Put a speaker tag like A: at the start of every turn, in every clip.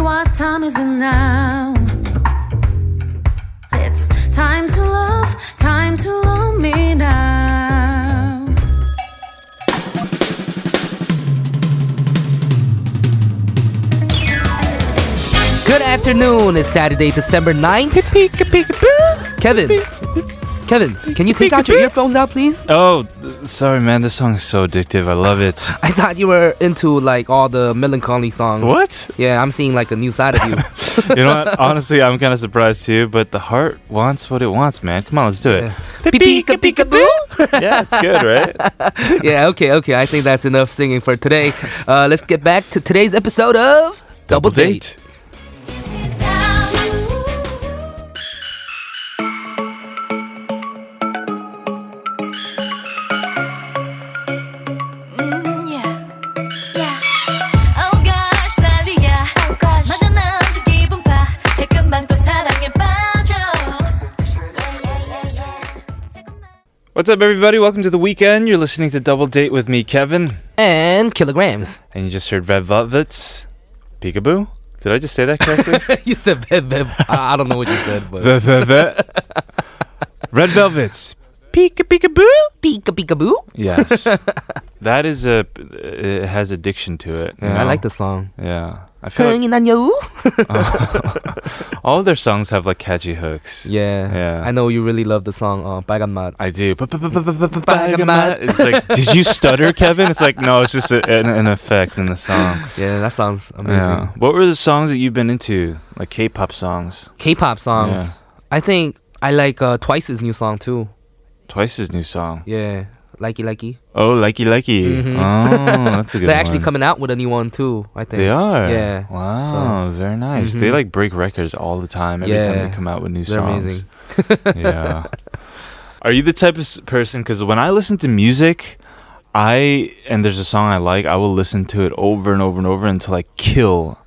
A: what time is it now? It's time to love, time to love me now.
B: Good afternoon. It's Saturday, December 9th. Kevin. Kevin, can you take out your earphones out, please?
C: Oh, th- sorry, man. This song is so addictive. I love it.
B: I thought you were into like all the melancholy songs.
C: What?
B: Yeah, I'm seeing like a new side of you.
C: You know what? Honestly, I'm kind of surprised too, but the heart wants what it wants, man. Come on, let's do it.
B: Pika pika boo.
C: Yeah, it's good, right?
B: Yeah, okay, okay. I think that's enough singing for today. Uh, let's get back to today's episode of Double, Date.
A: Mm, yeah. Yeah. Oh gosh, 난리야. Oh, 맞아, 나 아주 기분 파. 해, 금방 또 사랑에 빠져. 새콤한
C: What's up, everybody? Welcome to the weekend. You're listening to Double Date with me, Kevin.
B: And kilograms.
C: And you just heard Red Velvet's Peekaboo. Did I just say that correctly?
B: you said beb beb. I, I don't know what you said, but
C: The- the- the- Red Velvet's Peek Peekaboo.
B: pika pika boo.
C: Yes. That is a. It has addiction to it. you
B: Yeah, I
C: know?
B: like the song.
C: Yeah. I feel like
B: 흥이 난 여우.
C: all of their songs have like catchy hooks.
B: Yeah.
C: Yeah.
B: I know you really love the song uh, 빨간 맛.
C: I do.
B: Bagamot.
C: It's like, did you stutter, Kevin? It's like, no, it's just a, an, an effect in the song.
B: Yeah, that sounds amazing.
C: Yeah. What were the songs that you've been into? Like K-pop songs.
B: K-pop songs.
C: Yeah.
B: I think I like uh, Twice's new song too.
C: Twice's new song.
B: Yeah, likey likey.
C: Oh, Likey Likey.
B: Mhm.
C: Oh, that's a good
B: They're actually
C: one.
B: coming out with a new one too. I think
C: They are.
B: Yeah.
C: Wow. Very nice. They
B: Mhm.
C: like break records all the time. Every time
B: Yeah.
C: they come out with new
B: They're
C: songs.
B: amazing.
C: yeah. Are you the type of s- person? Because when I listen to music, I and there's a song I like, I will listen to it over and over and over until I kill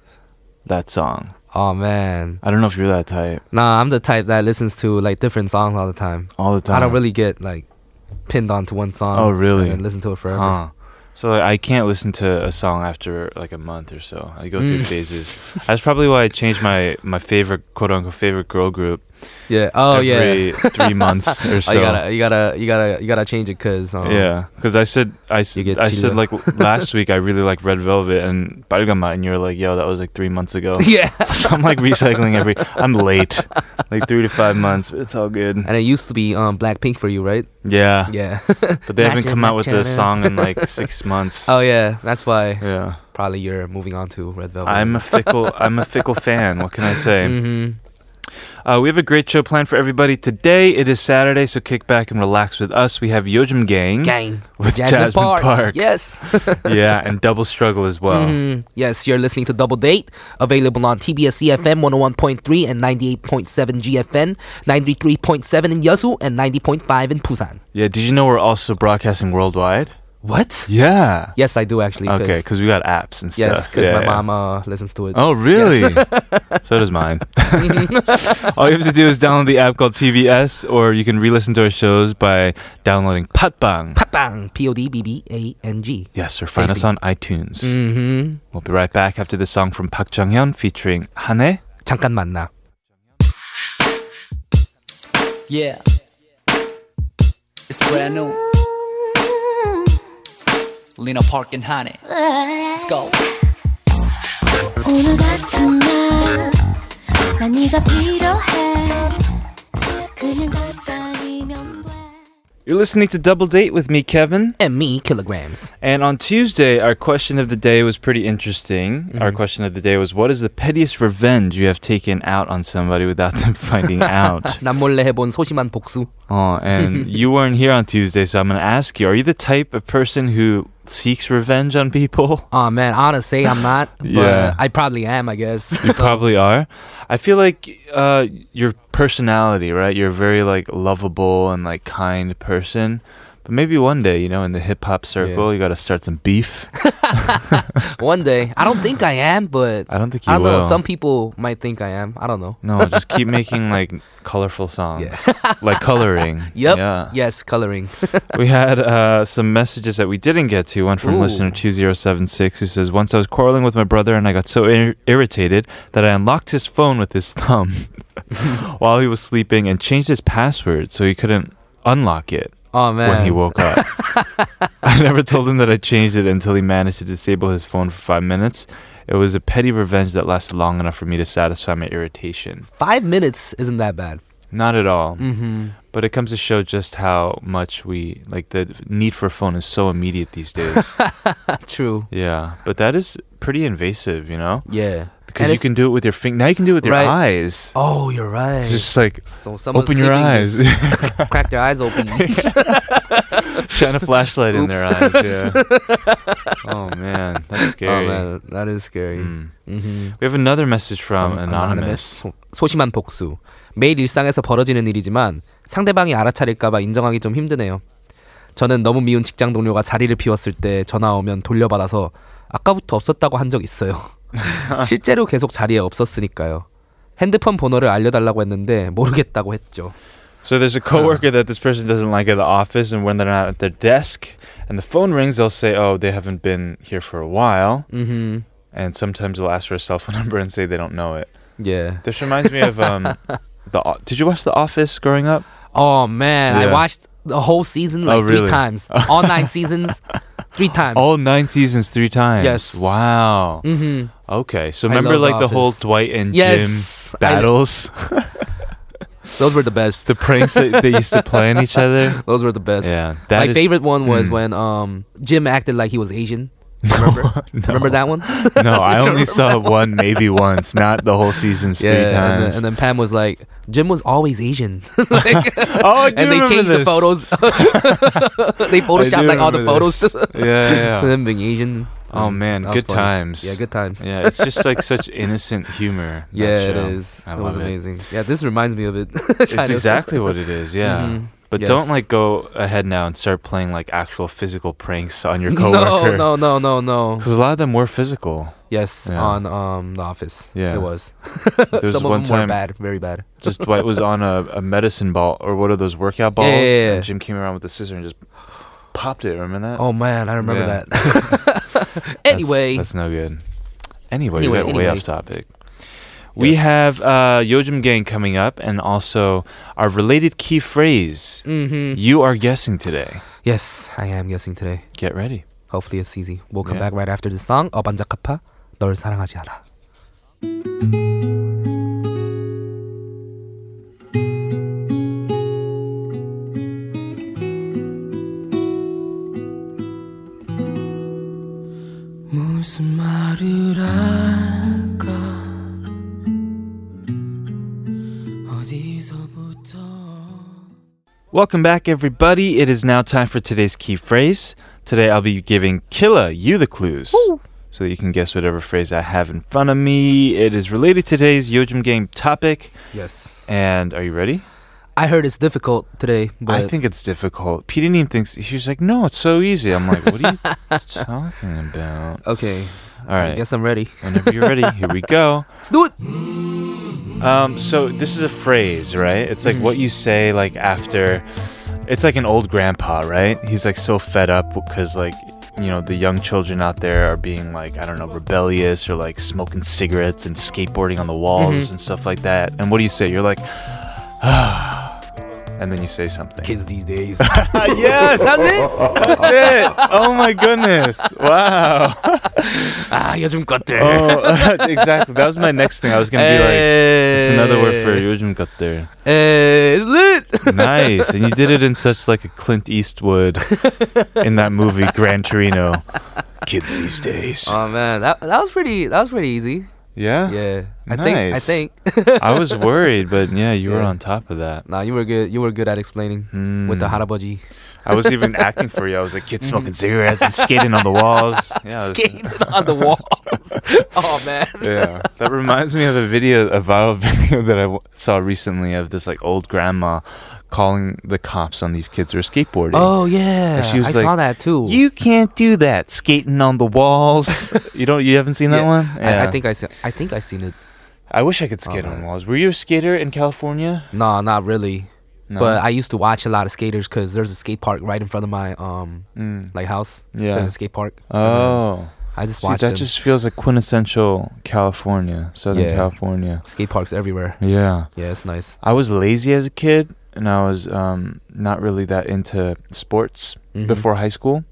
C: that song.
B: Oh man,
C: I don't know if you're that type
B: nah, I'm the type that listens to like different songs all the time.
C: all the time.
B: I don't really get like pinned onto one song.
C: Oh, really?
B: And then listen to it forever.
C: Huh. So like, I can't listen to a song after like a month or so. I go through
B: Mm.
C: phases. That's probably why I changed my my favorite quote unquote favorite girl group
B: Yeah. Oh yeah.
C: every three months or so.
B: Oh, you gotta, you gotta, you gotta, you gotta change it, cause um,
C: Yeah, because I said I, s-
B: You get
C: I said
B: chila.
C: like last week I really like Red Velvet and Bergama, and you were like, "Yo, that was like three months ago."
B: yeah.
C: so I'm like recycling every. I'm late, like three to five months. But it's all good.
B: And it used to be um Blackpink for you, right?
C: Yeah,
B: Yeah.
C: but they haven't
B: Matcha,
C: come out with
B: matcha.
C: this song in like six months.
B: oh yeah, that's why
C: Yeah,
B: probably you're moving on to Red Velvet.
C: I'm a fickle. I'm a fickle fan. What can I say?
B: Mm-hmm.
C: Uh, we have a great show planned for everybody today. It is Saturday, so kick back and relax with us. We have Yojim Gang,
B: Gang
C: with Jasmine, Park.
B: Yes.
C: yeah, Mm-hmm. and Double Struggle as well.
B: Mhm. Yes, you're listening to Double Date, available on TBS EFM 101.3 and 98.7 GFN, 93.7 in Yeosu, and 90.5 in Busan.
C: Yeah, did you know we're also broadcasting worldwide?
B: What?
C: Yeah.
B: Yes, I do actually. 'cause-
C: Okay, because we got apps and
B: Yes,
C: stuff.
B: because my
C: Yeah, yeah.
B: mom uh, listens to it.
C: Oh, really? so does mine. All you have to do is download the app called TBS, or you can re listen to our shows by downloading Patbang.
B: Bang! P O D B B A N G.
C: Yes, or find us on iTunes.
B: Mm-hmm.
C: We'll be right back after the song from Park Jung Hyun featuring Hane.
B: 잠깐 만나.
D: Yeah. It's brand new. Lena Park and Honey. Let's go.
E: 오늘 같은 날, 난 네가 필요해. 그냥 가까이면 돼.
C: You're listening to Double Date with me, Kevin.
B: And me, kilograms.
C: And on Tuesday, our question of the day was pretty interesting.
B: Mm-hmm.
C: Our question of the day was What is the pettiest revenge you have taken out on somebody without them finding out?
B: 난 몰래 해본 소심한 복수.
C: Oh, and you weren't here on Tuesday, so I'm going to ask you are you the type of person who seeks revenge on people?
B: Oh man, honestly, I'm not. But
C: Yeah.
B: I probably am, I guess.
C: You probably are. I feel like uh, your personality, right? You're a very like lovable and like kind person. But maybe one day, you know, in the hip hop circle, you got to start some beef.
B: One day. I don't think I am, but
C: I don't think you
B: I don't
C: will.
B: know. Some people might think I am. I don't know.
C: no, just keep making like colorful songs, like coloring.
B: Yep.
C: Yeah.
B: Yes, coloring.
C: we had uh, some messages that we didn't get to. One from
B: Ooh.
C: listener 2076 who says, Once I was quarreling with my brother and I got so ir- irritated that I unlocked his phone with his thumb while he was sleeping and changed his password so he couldn't unlock it
B: oh man.
C: when he woke up. I never told him that I changed it until he managed to disable his phone for five minutes. It was a petty revenge that lasted long enough for me to satisfy my irritation.
B: Five minutes isn't that bad.
C: Not at all.
B: Mm-hmm.
C: But it comes to show just how much we like the need for a phone is so immediate these days.
B: True.
C: yeah, but that is pretty invasive, you know,
B: Yeah.
C: because
B: And
C: you
B: if-
C: can do it with your finger. Now you can do it with your
B: Right.
C: eyes.
B: Oh, you're right.
C: It's just like
B: so someone's
C: open your
B: sleeping,
C: eyes,
B: just Crack their eyes open. Oh,
C: shine a flashlight in their eyes.
B: Oops.
C: Yeah. oh man, that's
B: oh
C: scary.
B: man, that is scary.
C: Mm.
B: Mm-hmm.
C: We have another message from anonymous.
B: 소심한 복수. 매일 일상에서 벌어지는 일이지만 상대방이 알아차릴까봐 인정하기 좀 힘드네요. 저는 너무 미운 직장 동료가 자리를 비웠을 때 전화 오면 돌려받아서 아까부터 없었다고 한 적 있어요. 실제로 계속 자리에 없었으니까요. 핸드폰 번호를 알려달라고 했는데 모르겠다고 했죠.
C: So there's a coworker that this person doesn't like at the office, and when they're not at their desk and the phone rings, they'll say, "Oh, they haven't been here for a while."
B: 음,
C: and sometimes they'll ask for a cell phone number and say they don't know it.
B: 예.
C: This reminds me of um, the. O- Did you watch The Office growing up?
B: Oh man, I
C: Yeah.
B: watched the whole season like
C: Oh, really?
B: three times. All nine seasons, three times.
C: All Oh, nine seasons, three times.
B: Yes.
C: Wow.
B: hmm
C: Okay, so
B: I
C: remember
B: love The
C: like the whole
B: Office.
C: Dwight and
B: Yes,
C: Jim
B: I-
C: battles,
B: Those were the best.
C: the pranks that they used to play on each other.
B: Those were the best.
C: Yeah, that
B: My
C: is-
B: favorite one was
C: Mm.
B: when um Jim acted like he was Asian. Remember? Remember that one?
C: No, I only saw one, maybe once, not the whole seasons
B: yeah.
C: three
B: and then-
C: times.
B: And, then, Pam was like, Jim was always Asian. Like,
C: oh, I do
B: and they
C: remember
B: changed the
C: this.
B: photos. they
C: I do
B: photoshopped like all the
C: remember
B: photos
C: this.
B: to
C: yeah, yeah, yeah.
B: them being Asian. Mm,
C: Oh, man,
B: that was
C: good
B: funny.
C: times.
B: Yeah, good times.
C: Yeah, it's just like such innocent humor. that
B: Yeah, it
C: show.
B: is.
C: I
B: it was
C: love it.
B: amazing. Yeah, this reminds me of it.
C: It's exactly what it is, yeah.
B: Mhm.
C: But
B: Yes.
C: don't like go ahead now and start playing like actual physical pranks on your
B: No,
C: coworker.
B: no, no, no, no.
C: Because a lot of them were physical.
B: Yes,
C: Yeah.
B: on um The Office. it
C: Yeah.
B: was.
C: was
B: Some
C: one
B: of them were
C: time-
B: bad, very bad.
C: Just Dwight was on a, a medicine ball or what are those workout balls?
B: yeah, yeah.
C: And Jim came around with a scissor and just popped it. Remember that?
B: Oh man, I remember that.
C: Yeah. That's-
B: anyway,
C: that's, no good. Anyway,
B: Anyway,
C: we got way
B: anyway.
C: off topic. We
B: Yes.
C: have uh, Yojim Gang coming up, and also our related key phrase.
B: hmm
C: Mm-hmm. You are guessing today.
B: yes, I am guessing today.
C: Get ready.
B: Hopefully it's easy. We'll come
C: Yeah.
B: back right after this song. 어반자카파, 널 사랑하지 않아.
D: 무슨 말을 할까 어디서부터
C: Welcome back, everybody. It is now time for today's key phrase. Today, I'll be giving Killa you the clues so that you can guess whatever phrase I have in front of me. It is related to today's Yojim game topic.
B: Yes,
C: And are you ready?
B: I heard it's difficult today, but
C: I think it's difficult. Pidinim thinks she's like, no, it's so easy. I'm like, what are you talking about?
B: okay.
C: All
B: I
C: right,
B: guess I'm ready.
C: whenever you're ready, here we go.
B: Let's do it.
C: Oh, Um, so this is a phrase, right? It's like what you say like after. It's like an old grandpa, right? He's like so fed up because like you know the young children out there are being like I don't know rebellious or like smoking cigarettes and skateboarding on the walls and stuff like that. And what do you say? You're like, and then you say something.
B: Kids these days.
C: Ah, yes,
B: That's it.
C: that's it. Oh my goodness! Wow.
B: 아 Ah, 요즘 것들.
C: Oh, exactly. That was my next thing. I was gonna be like, it's another word for 요즘 같들.
B: Eh, it's lit.
C: nice and you did it in such like a clint eastwood in that movie gran torino kids these days
B: Oh man, that that was pretty. That was pretty easy.
C: yeah
B: Yeah, I think. I
C: Nice.
B: think.
C: i was worried but yeah you were
B: Yeah.
C: on top of that
B: nah, you were good. You were good at explaining
C: Hmm.
B: with the harabaji.
C: i was even acting for you i was like kids smoking cigarettes and skating on the walls yeah I
B: Mm.
C: was-
B: skating on the walls. oh man.
C: yeah, that reminds me of a video, a viral video that I w- saw recently of this like old grandma calling the cops on these kids who are skateboarding.
B: Oh yeah,
C: And she was
B: I
C: like,
B: saw that too.
C: You can't do that. Skating on the walls. you don't. You haven't seen that
B: Yeah.
C: one.
B: I,
C: Yeah.
B: I think I see, I think I seen it.
C: I wish I could skate
B: Oh,
C: on
B: man.
C: walls. Were you a skater in California?
B: No, not really.
C: No.
B: But I used to watch a lot of skaters because there's a skate park right in front of my um
C: Mm.
B: like house.
C: Yeah.
B: there's a skate park. Uh-huh.
C: Oh,
B: I just
C: see,
B: watched
C: that
B: them.
C: just feels like quintessential California, Southern
B: Yeah.
C: California.
B: skate parks everywhere.
C: Yeah,
B: Yeah, it's nice.
C: I was lazy as a kid, and I was um, not really that into sports
B: Mhm.
C: before high school.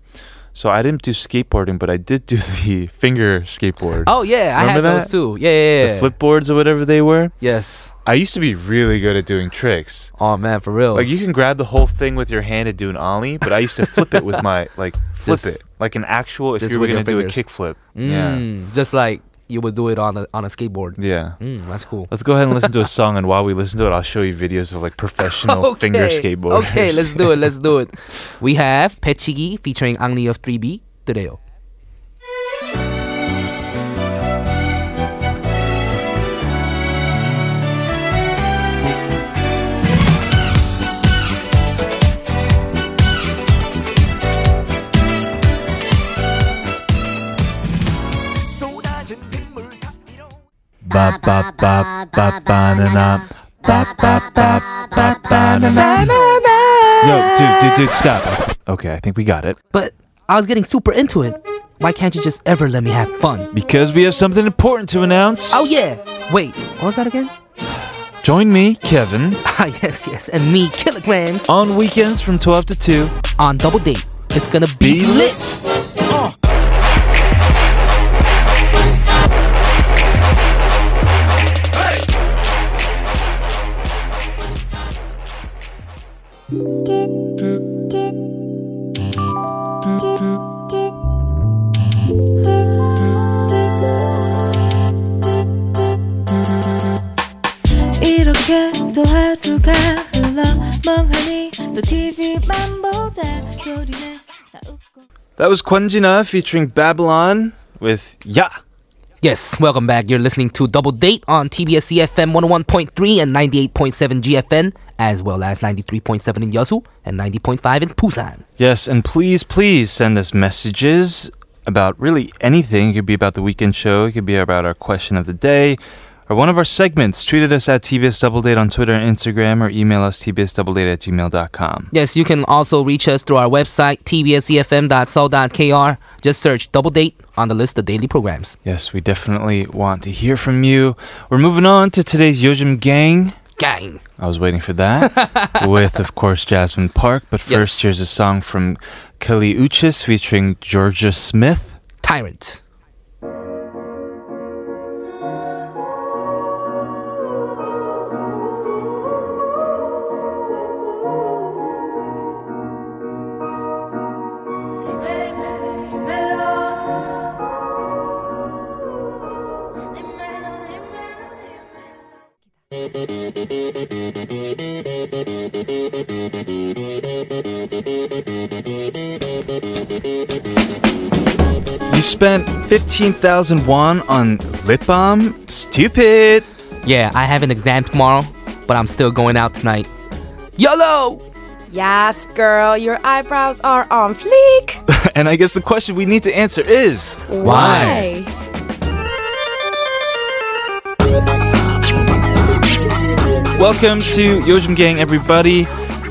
C: So I didn't do skateboarding, but I did do the finger skateboard,
B: Oh yeah, I had
C: Remember
B: those
C: that?
B: too. Yeah, yeah, yeah.
C: the flip boards or whatever they were.
B: Yes.
C: I used to be really good at doing tricks.
B: Oh man, for real.
C: Like you can grab the whole thing with your hand and do an ollie, but I used to flip it with my like flip
B: Just-
C: it like an actual if
B: just
C: you were
B: with
C: gonna
B: your
C: do a
B: fingers.
C: kickflip. Yeah,
B: Mm, Just like you would do it on a on a skateboard.
C: yeah.
B: Mm, that's cool.
C: Let's go ahead and listen to a song, and while we listen to it, I'll show you videos of like professional finger skateboarders.
B: Okay, let's do it. Let's do it. We have 배치기 featuring Angli of 3B 들어요.
C: Ba ba ba ba ba na na. Ba ba ba ba ba na na. Yo, dude, dude, dude, stop. Okay, I think we got it.
B: But I was getting super into it. Why can't you just ever let me have fun?
C: Because we have something important to announce.
B: Oh yeah. Wait, what was that again?
C: Join me, Kevin,
B: Ah yes, yes, and me kilograms
C: on weekends from 12 to 2.
B: on double date. It's gonna be,
A: 이렇게 또 하루가 흘러 멍하니 또 TV만 보다 소리내 나 웃고
C: That was Kwanjina featuring Babylon with Ya.
B: Yes, welcome back. You're listening to Double Date on TBS EFM 101.3 and 98.7 GFN, as well as 93.7 in Yeosu and 90.5 in Busan.
C: Yes, and please, please send us messages about really anything. It could be about the weekend show, it could be about our question of the day, or one of our segments. Tweet at us at TBS Double Date on Twitter and Instagram, or email us tbsdoubledate at gmail.com.
B: Yes, you can also reach us through our website, tbsefm.so.kr. Just search Double Date on the list of daily programs.
C: Yes, we definitely want to hear from you. We're moving on to today's Yojim Gang.
B: Gang!
C: I was waiting for that. with, of course, Jasmine Park. But
B: Yes.
C: first, here's a song from Kelly Uchis featuring Georgia Smith.
B: Tyrant.
C: You spent 15,000 won on lip balm? Stupid!
B: Yeah, I have an exam tomorrow, but I'm still going out tonight. YOLO!
F: Yes, girl, your eyebrows are on fleek.
C: and I guess the question we need to answer is
B: Why?
C: Welcome to Yojim Gang, everybody.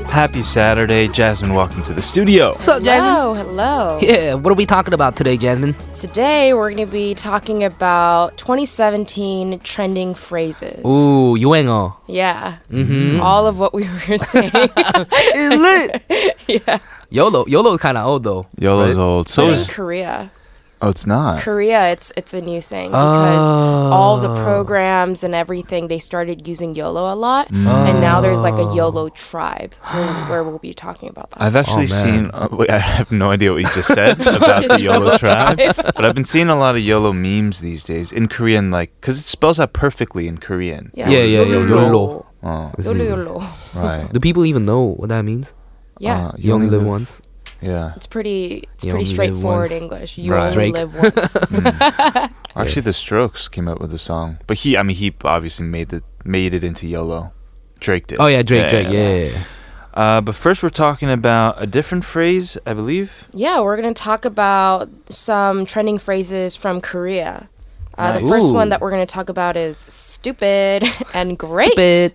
C: Happy Saturday. Jasmine, welcome to the studio.
B: What's up, Jasmine?
F: Hello, hello.
B: Yeah, what are we talking about today, Jasmine?
F: Today we're going to be talking about 2017 trending phrases.
B: Ooh, Mm. 유행어.
F: Yeah. Mm-hmm. All of what we were saying.
B: It's lit.
F: yeah.
B: YOLO. YOLO is kind of old though.
C: YOLO's
B: right?
C: old.
F: But
C: So
F: in
C: is.
F: Korea.
C: Oh, it's not.
F: Korea, it's it's a new thing because
B: Oh.
F: all the programs and everything they started using YOLO a lot,
B: Mm.
F: and now there's like a YOLO tribe where, where we'll be talking about that.
C: I've actually
B: Oh,
C: seen. Uh, wait, I have no idea what you just said about the YOLO tribe, but I've been seeing a lot of YOLO memes these days in Korean, like because it spells out perfectly in Korean.
B: Yeah, yeah, yeah, YOLO.
C: Oh,
F: YOLO, YOLO.
C: right.
B: Do people even know what that means?
C: Uh,
F: Yeah.
B: You, only live once.
C: Yeah.
F: It's pretty. It's
B: You
F: pretty
B: only live
F: straightforward
B: once.
F: English. You
C: Right.
F: only
B: Drake.
F: live once.
C: Actually, The Strokes came up with the song, but he, I mean, he obviously made the made it into YOLO. Drake did.
B: Oh yeah, Oh, Drake, Drake, yeah. yeah, yeah.
C: Uh, but first, we're talking about a different phrase, I believe.
F: Yeah, we're going to talk about some trending phrases from Korea. Uh, The
C: Nice.
F: first
B: Ooh.
F: one that we're going to talk about is stupid and great.
B: Stupid.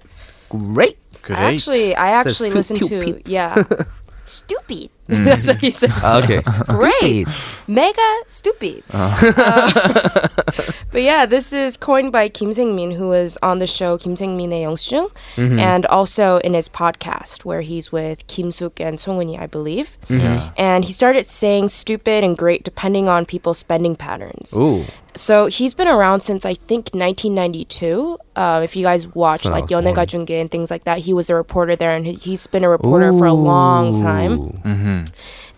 B: Great.
C: Great.
F: I actually, I
B: Says Mm-hmm.
F: actually
B: stu-
F: listened to
B: cupid.
F: yeah, stupid. That's what he says.
B: 아, 오케이.
F: Great. Mega stupid. Uh, but yeah, this is coined by Kim Sang Min, who was on the show Kim Sang Min의 영수증, and also in his podcast where he's with Kim Suk and Songuni, I believe. And he started saying stupid and great depending on people's spending patterns.
B: Ooh.
F: So he's been around since I think 1992. Uh, if you guys watch
B: when I
F: like
B: was born.
F: Yonega Junge and things like that, he was a reporter there, and he- he's been a reporter for a long time.
C: Mm-hmm.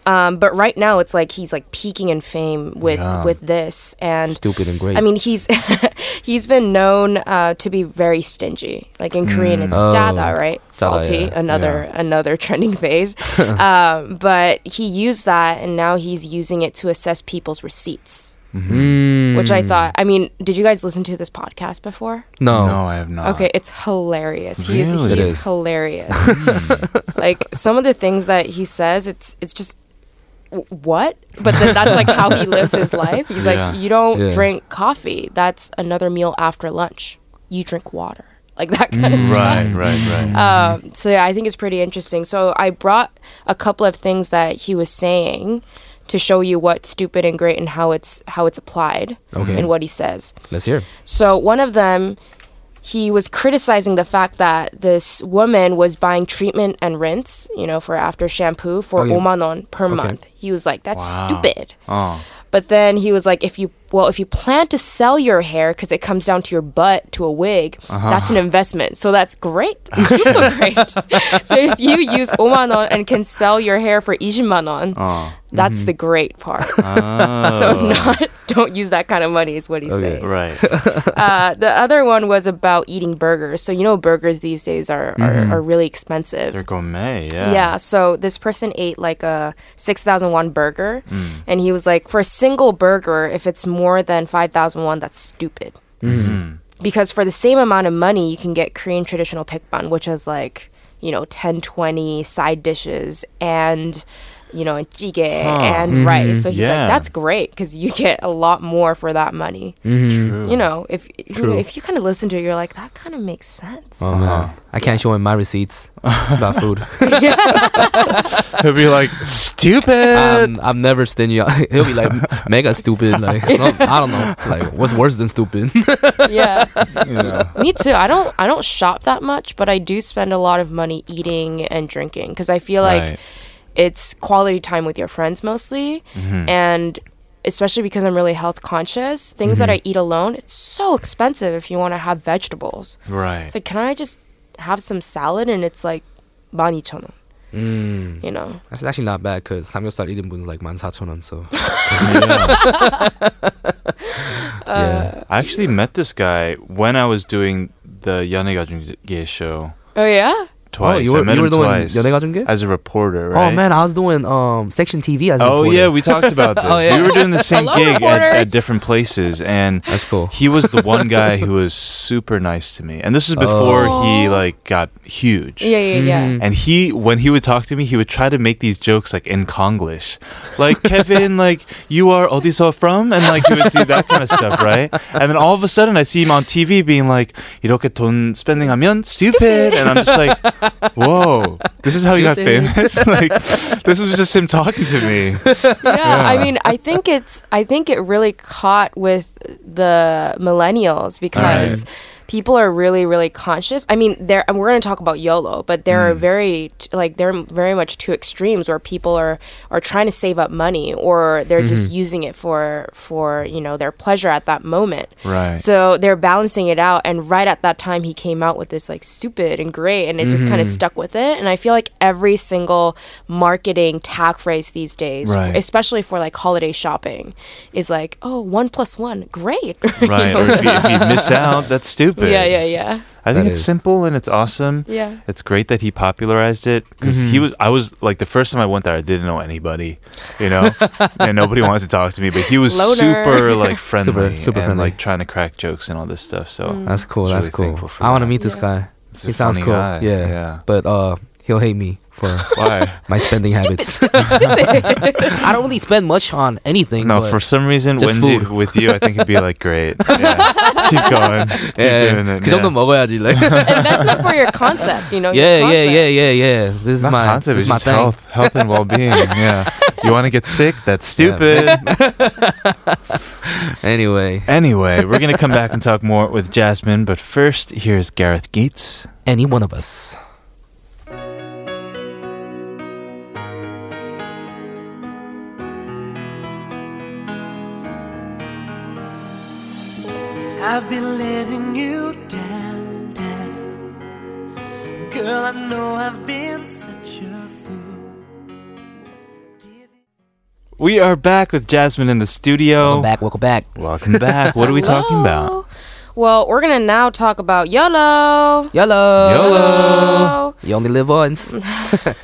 F: Um, but right now, it's like he's like peaking in fame with with this, and
B: Stupid and great.
F: I mean, he's he's been known uh, to be very stingy. Like in Korean, it's
B: Oh.
F: dada, right?
B: yeah.
F: Salty,
B: Uh-huh.
F: another another trending phase. um, but he used that, and now he's using it to assess people's receipts
B: 음.
C: Mm-hmm.
F: which I
B: Mm.
F: thought. I mean, did you guys listen to this podcast before?
B: No.
C: No, I have not.
F: okay, it's hilarious. He is
C: Really?
B: It
F: he is,
B: is.
F: hilarious.
B: Mm.
F: like some of the things that he says, it's it's just "W- what? But then that's like how he lives his life. He's
C: Yeah.
F: like, you
B: Yeah.
F: don't drink coffee. That's another meal after lunch. You drink water, like that kind of stuff.
C: Mm, Right, right, right.
B: Mm.
F: Um, so yeah, I think it's pretty interesting. So I brought a couple of things that he was saying to show you what's stupid and great and how it's how it's applied
B: Okay.
F: and what he says.
B: Let's hear.
F: So one of them, he was criticizing the fact that this woman was buying treatment and rinse, you know, for after shampoo for
B: Okay.
F: omanon per month. He was like, "That's
C: Oh, Wow.
F: stupid."
C: oh,
F: But then he was like, "If you well, if you plan to sell your hair because it comes down to your butt to a wig,
C: Uh-huh.
F: that's an investment. So that's great, super great. so if you use omanon and can sell your hair for ijimanon,
C: oh.
F: that's the great part.
C: Oh.
F: So if not, don't use that kind of money. Is what he's saying.
C: Right.
F: Uh, the other one was about eating burgers. So you know, burgers these days are are, are really expensive.
C: Mm-hmm. They're gourmet, yeah.
F: yeah. so this person ate like a 6,000 won burger,
C: Mm.
F: and he was like, for a single burger, if it's more than 5,000 won, that's stupid.
C: Mm-hmm.
F: Because for the same amount of money, you can get Korean traditional pikban, which is like, you know, 10, 20 side dishes and, you know, and jjigae and rice. So
C: Mm-hmm.
F: he's
C: Yeah.
F: like, that's great because you get a lot more for that money
B: Mm-hmm.
C: True.
F: you know, if you know,
B: True.
F: if you kind of listen to it, you're like, that kind of makes sense.
B: Oh
C: Uh-huh.
B: man, I can't show him my receipts about food.
C: He'll be like, stupid.
B: I'm, I'm never stingy. He'll be like mega stupid. Like some- I don't know. Like what's worse than stupid?
F: yeah,
C: you know.
F: me too. I don't I don't shop that much, but I do spend a lot of money eating and drinking because I feel like
C: Right.
F: it's quality time with your friends mostly, and especially because I'm really health conscious. Things that I eat alone, it's so expensive if you want to have vegetables.
C: Right.
F: It's like, can I just have some salad? And it's like, 12,000원. You know,
B: Mm. That's actually not bad because 삼겹살 1인분 is like 14,000원. So yeah,
F: Uh,
C: I actually met this guy when I was doing the Yanegajungye show
F: oh yeah,
C: twice.
B: you were-
C: I met
B: you were
C: him
B: the one
C: twice
B: 연예가중계?
C: as a reporter,
B: Oh
C: right?
B: man, I was doing um section TV as a
C: Oh
B: reporter.
C: yeah, we talked about this.
B: Oh, yeah.
C: We were doing the same
F: Hello,
C: gig at, at
F: reporters.
C: different places, and
B: That's cool.
C: he was the one guy who was super nice to me. And this is before
B: Oh.
C: he like got huge.
F: yeah, yeah, yeah.
C: And he, when he would talk to me, he would try to make these jokes like in Konglish, like Kevin, like you are Odiso from, and like he would do that kind of stuff, right? And then all of a sudden, I see him on TV being like, "이렇게 돈 spending 하면 stupid," and I'm just like, "Whoa, this is how you got
B: Stupid.
C: famous? like, this was just him talking to me."
F: yeah, I mean, I think it's I think it really caught with the millennials because people are really really conscious. I mean, there and we're going to talk about YOLO, but there are
C: Mm.
F: very t- like there are very much two extremes where people are are trying to save up money or they're just
C: Mm-hmm.
F: using it for for, you know, their pleasure at that moment.
C: Right.
F: So they're balancing it out and right at that time he came out with this like stupid and great and it just
C: Mm-hmm.
F: kind of stuck with it and I feel like every single marketing tag phrase these days
C: Right.
F: especially for like holiday shopping is like oh one plus one great
C: Right, or if you, if you miss out, that's stupid.
F: yeah yeah yeah
C: I think
B: That is.
C: it's simple and it's awesome.
F: Yeah.
C: It's great that he popularized it because
B: Mm-hmm.
C: he was, I was like, the first time I went there, I didn't know anybody, you know, and nobody wanted to talk to me, but he was
F: Loner.
C: super like friendly
B: super friendly.
C: and like trying to crack jokes and all this stuff.
F: Mm.
C: So
B: that's cool.
C: It's
B: That's
C: really
B: cool.
C: thankful for
B: I want to
C: that.
B: meet this guy.
C: It's
B: he
C: a
B: sounds
C: funny
B: cool.
C: guy,
B: Yeah.
C: yeah.
B: but uh, he'll hate me. for
C: Why?
B: my spending habits.
F: Stupid, stupid.
B: I don't really spend much on anything.
C: No,
B: but-
C: for some reason,
B: Just
C: when
B: food.
C: you, with you, I think it'd be like great. Yeah. keep going, keep
B: 예,
C: doing it.
B: 그 정도
C: yeah.
B: 먹어야지. Like.
F: Investment for your concept, you know.
B: yeah,
F: your
B: yeah,
F: concept.
B: yeah, yeah, yeah. This is
C: Not
B: my
C: concept,
B: this
C: it's
B: is my
C: just
B: thing.
C: health, health and well-being. yeah, you want to get sick? That's
B: Yeah.
C: stupid.
B: Anyway,
C: Anyway, we're gonna come back and talk more with Jasmine, but first, here's Gareth Gates.
B: any one of us.
D: I've been letting you down, down. Girl, I know I've been such a fool.
C: We are back with Jasmine in the studio.
B: Welcome back, welcome back.
C: Welcome back. What are we talking about?
F: Hello. Well, we're gonna now talk about YOLO.
B: YOLO.
C: YOLO.
B: You only live once.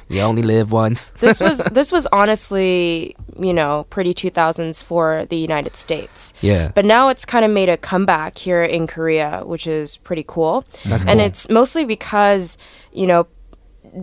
B: you only live once.
F: this was this was honestly, you know, pretty 2000s for the United States.
B: Yeah.
F: But now it's kind of made a comeback here in Korea, which is pretty cool.
B: That's
F: and
B: cool.
F: it's mostly because, you know,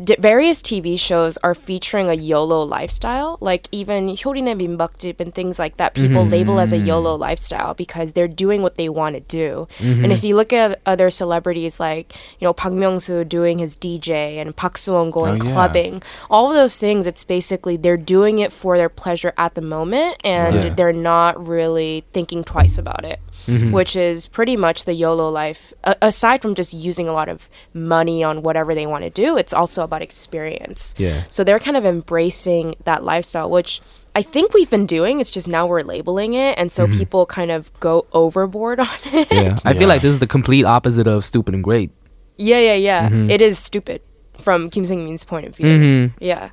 F: d- various TV shows are featuring a YOLO lifestyle, like even Hyorine Bimbakjip and things like that. People
C: Mm-hmm.
F: label as a YOLO lifestyle because they're doing what they want to do. And
C: Mm-hmm.
F: if you look at other celebrities like you know Park Myung Soo doing his DJ and Park Suwon going
C: Oh, yeah.
F: clubbing, all of those things, it's basically they're doing it for their pleasure at the moment, and
C: Right. Yeah.
F: they're not really thinking twice about it.
B: Mm-hmm.
F: Which is pretty much the YOLO life. A- aside from just using a lot of money on whatever they want to do, it's also about experience.
B: Yeah.
F: So they're kind of embracing that lifestyle, which I think we've been doing. It's just now we're labeling it, and so people kind of go overboard on it.
B: Mm-hmm. Yeah. I
C: Yeah.
B: feel like this is the complete opposite of stupid and great.
F: yeah, yeah, yeah.
B: Mm-hmm.
F: It is stupid from Kim Sing Min's point of view. Yeah.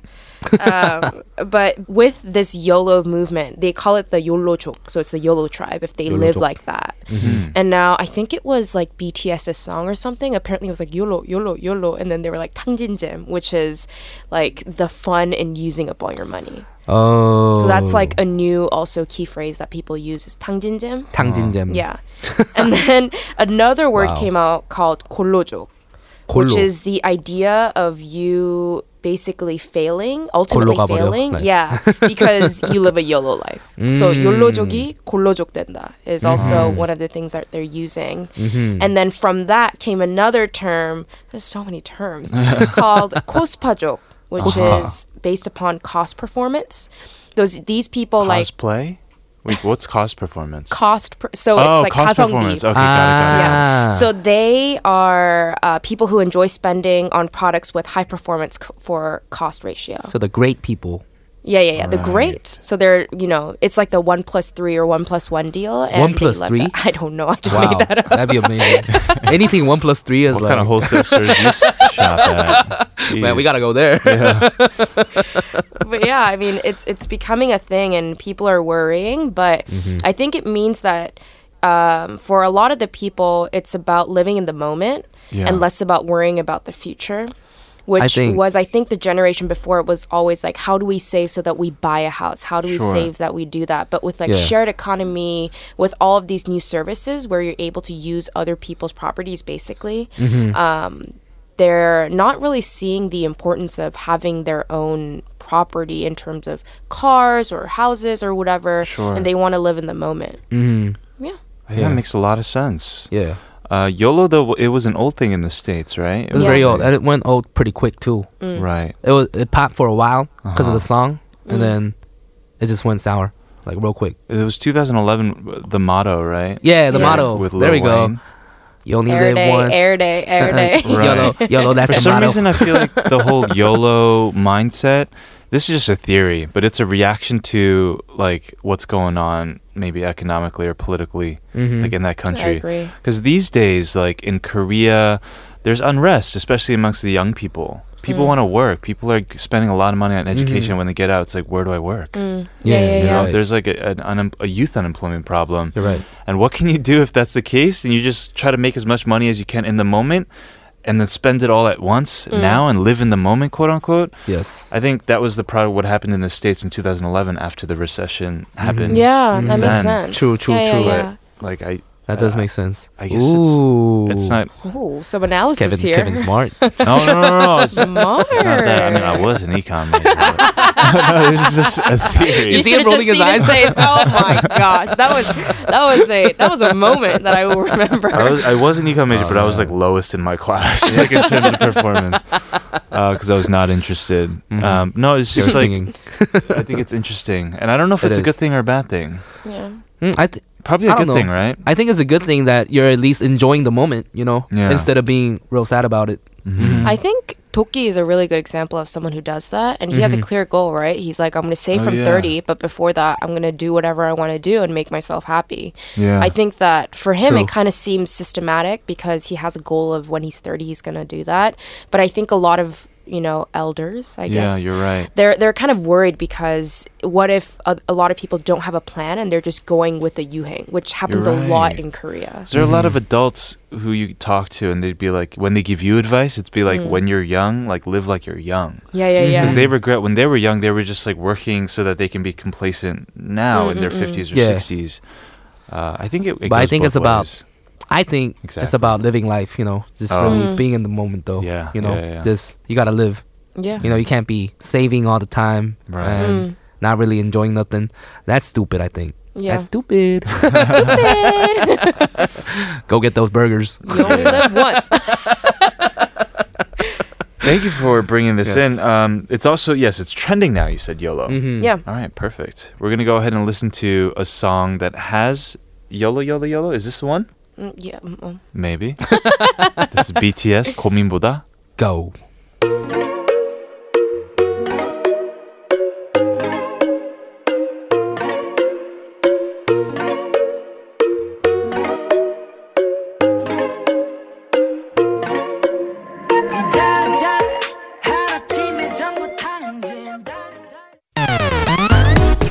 F: um, but with this YOLO movement, they call it the YOLO chok, so it's the YOLO tribe if they live
B: Chok.
F: like that.
C: Mm-hmm.
F: And now I think it was like BTS's song or something. Apparently it was like YOLO, YOLO, YOLO, and then they were like Tangjinjim, which is like the fun in using up all your money.
B: Oh.
F: So that's like a new also key phrase that people use is tangjinjem.
B: 탕진잼.
F: Yeah. and then another word
B: Hmm. Wow.
F: came out called kolojok, which
B: 골로.
F: is the idea of you basically failing, ultimately
B: 골로가 버려.
F: failing.
B: Like-
F: Yeah, because you live a YOLO life. So YOLO족이 골로족 된다 is also one of the things that they're using. And then from that came another term, there's so many terms, called 코스파족, which is based upon cost performance. Those these people like
C: Cosplay? Wait, what's cost performance?
F: cost per, so
C: oh,
F: it's like
C: cost
F: 가성비.
C: performance. Okay, got it, got it. got it.
B: Ah.
F: Yeah. So they are uh, people who enjoy spending on products with high performance c- for cost ratio.
B: So the great people.
F: yeah, yeah, yeah. They're great. So they're, you know, it's like the one plus three or one plus one deal. And
B: One
F: they
B: plus
F: love
B: three?
F: that. I don't know. I just
B: Wow.
F: made that.
B: That'd be amazing. Anything one plus three is
C: What
B: like.
C: kind of wholesale stores you shop at?
B: man, we
C: Jeez.
B: gotta go there.
F: But yeah, I mean, it's it's becoming a thing, and people are worrying. But I think it means that um, for a lot of the people, it's about living in the moment
C: Yeah.
F: and less about worrying about the future. Which
B: think-
F: was, I think, the generation before it was always like, how do we save so that we buy a house? How do we
C: Sure.
F: save that we do that? But with like
B: Yeah.
F: shared economy, with all of these new services where you're able to use other people's properties, basically, they're not really seeing the importance of having their own property in terms of cars or houses or whatever
C: Sure. Mm-hmm.
F: and they want to live in the moment
C: I think
B: Yeah.
C: that makes a lot of sense.
B: yeah.
C: Uh, YOLO, though, it was an old thing in the States,
B: It
C: right?
B: was
F: Yeah. Mm.
B: very old. And it went old pretty quick, too.
C: Right.
B: It was it popped for a while because of the
C: Uh-huh.
B: song,
F: Mm.
B: and then it just went sour, like real quick.
C: It was 2011, the motto, right?
B: Yeah, the
F: Yeah.
B: motto.
C: With Lil
B: there we go.
C: Wayne.
B: You only live
F: air day
B: once.
F: air day air day
C: Uh-uh. Right.
B: Yellow, yellow. That's
C: For
B: the
C: some
B: motto.
C: reason, I feel like the whole YOLO mindset. This is just a theory, but it's a reaction to like what's going on, maybe economically or politically, like in that country.
F: agree.
C: Because these days, like in Korea, there's unrest, especially amongst the young people. People want to work. People are spending a lot of money on education. When they get out, it's like, where do I work?
F: yeah yeah yeah,
B: you're
C: You know,
B: right.
C: There's like a, an unem- a youth unemployment problem.
B: You're right.
C: And what can you do if that's the case? Then you just try to make as much money as you can in the moment and then spend it all at once
F: Mm.
C: now and live in the moment, quote unquote.
B: Yes.
C: I think that was the product what happened in the States in 2011 after the recession happened.
F: Mm-hmm. Yeah, that makes
C: Man.
F: sense
B: True, true,
F: yeah, yeah,
B: true.
F: yeah.
C: Like, I,
B: That does make sense.
C: I guess it's-
B: Ooh.
C: It's not.
F: Oh, some analysis
B: Kevin.
F: here.
B: Kevin Smart.
C: No, no, no, no. It's, it's
F: Smart.
C: not that. I mean, I was an econ major. but- no, this is just a theory.
F: You
B: see him
F: should've
B: rolling
F: just
B: his
F: seen
B: eyes?
F: face. Oh my gosh, that was that was a that was a moment that I will remember.
C: I was, I was an econ major, but I
B: Oh,
C: was like lowest in my class, like in terms of performance, because I was not interested.
B: Mhm.
C: Um, no, it's
B: You were
C: just like
B: singing.
C: I think it's interesting, and I don't know if
B: It
C: it's a
B: is.
C: good thing or a bad thing.
F: yeah.
B: Mm, I, th-
C: Probably
B: I
C: a
B: don't
C: good
B: know.
C: thing, right?
B: I think it's a good thing that you're at least enjoying the moment, you know,
C: Yeah.
B: instead of being real sad about it. Mm-hmm.
C: Mhm.
F: I think Toki is a really good example of someone who does that, and he has a
B: Mhm.
F: clear goal, right? He's like, I'm going to save
C: Mm-hmm. Oh,
F: from
C: yeah.
F: 30, but before that, I'm going to do whatever I want to do and make myself happy.
C: Yeah.
F: I think that for him,
B: True.
F: it kind of seems systematic because he has a goal of when he's 30, he's going to do that. But I think a lot of you know elders, I
C: yeah,
F: guess,
C: you're right.
F: they're they're kind of worried because what if a, a lot of people don't have a plan and they're just going with the yuhang, which happens a
C: right.
F: lot in Korea.
C: Is there a lot of adults who you talk to and they'd be like, when they give you advice, it'd be like,
F: Mm.
C: when you're young, like live like you're young.
F: Yeah, yeah, yeah.
C: Because they regret when they were young, they were just like working so that they can be complacent now in their
F: Mm-mm-mm.
C: 50s or
B: Yeah.
C: 60s. Uh, I think it, it
B: But I
C: goes
B: think it's
C: both
B: about-
C: ways.
B: I think it's
C: Exactly.
B: about living life, you know, just
C: Oh.
B: really
F: Mm.
B: being in the moment, though.
C: Yeah,
B: You know,
C: yeah, yeah.
B: just you gotta live.
F: yeah.
B: You know, you can't be saving all the time
C: Right.
B: and
F: Mm.
B: not really enjoying nothing. That's stupid. I think.
F: Yeah.
B: That's stupid. Go get those burgers.
F: you only live once.
C: Thank you for bringing this
B: Yes.
C: in. Um, it's also, yes, it's trending now, you said YOLO.
B: Mhm.
F: yeah.
C: All right, perfect. We're going to go ahead and listen to a song that has YOLO, YOLO, YOLO. Is this the one?
F: Mm, yeah. mm, mm.
C: Maybe. this is BTS, 고민보다.
B: Go.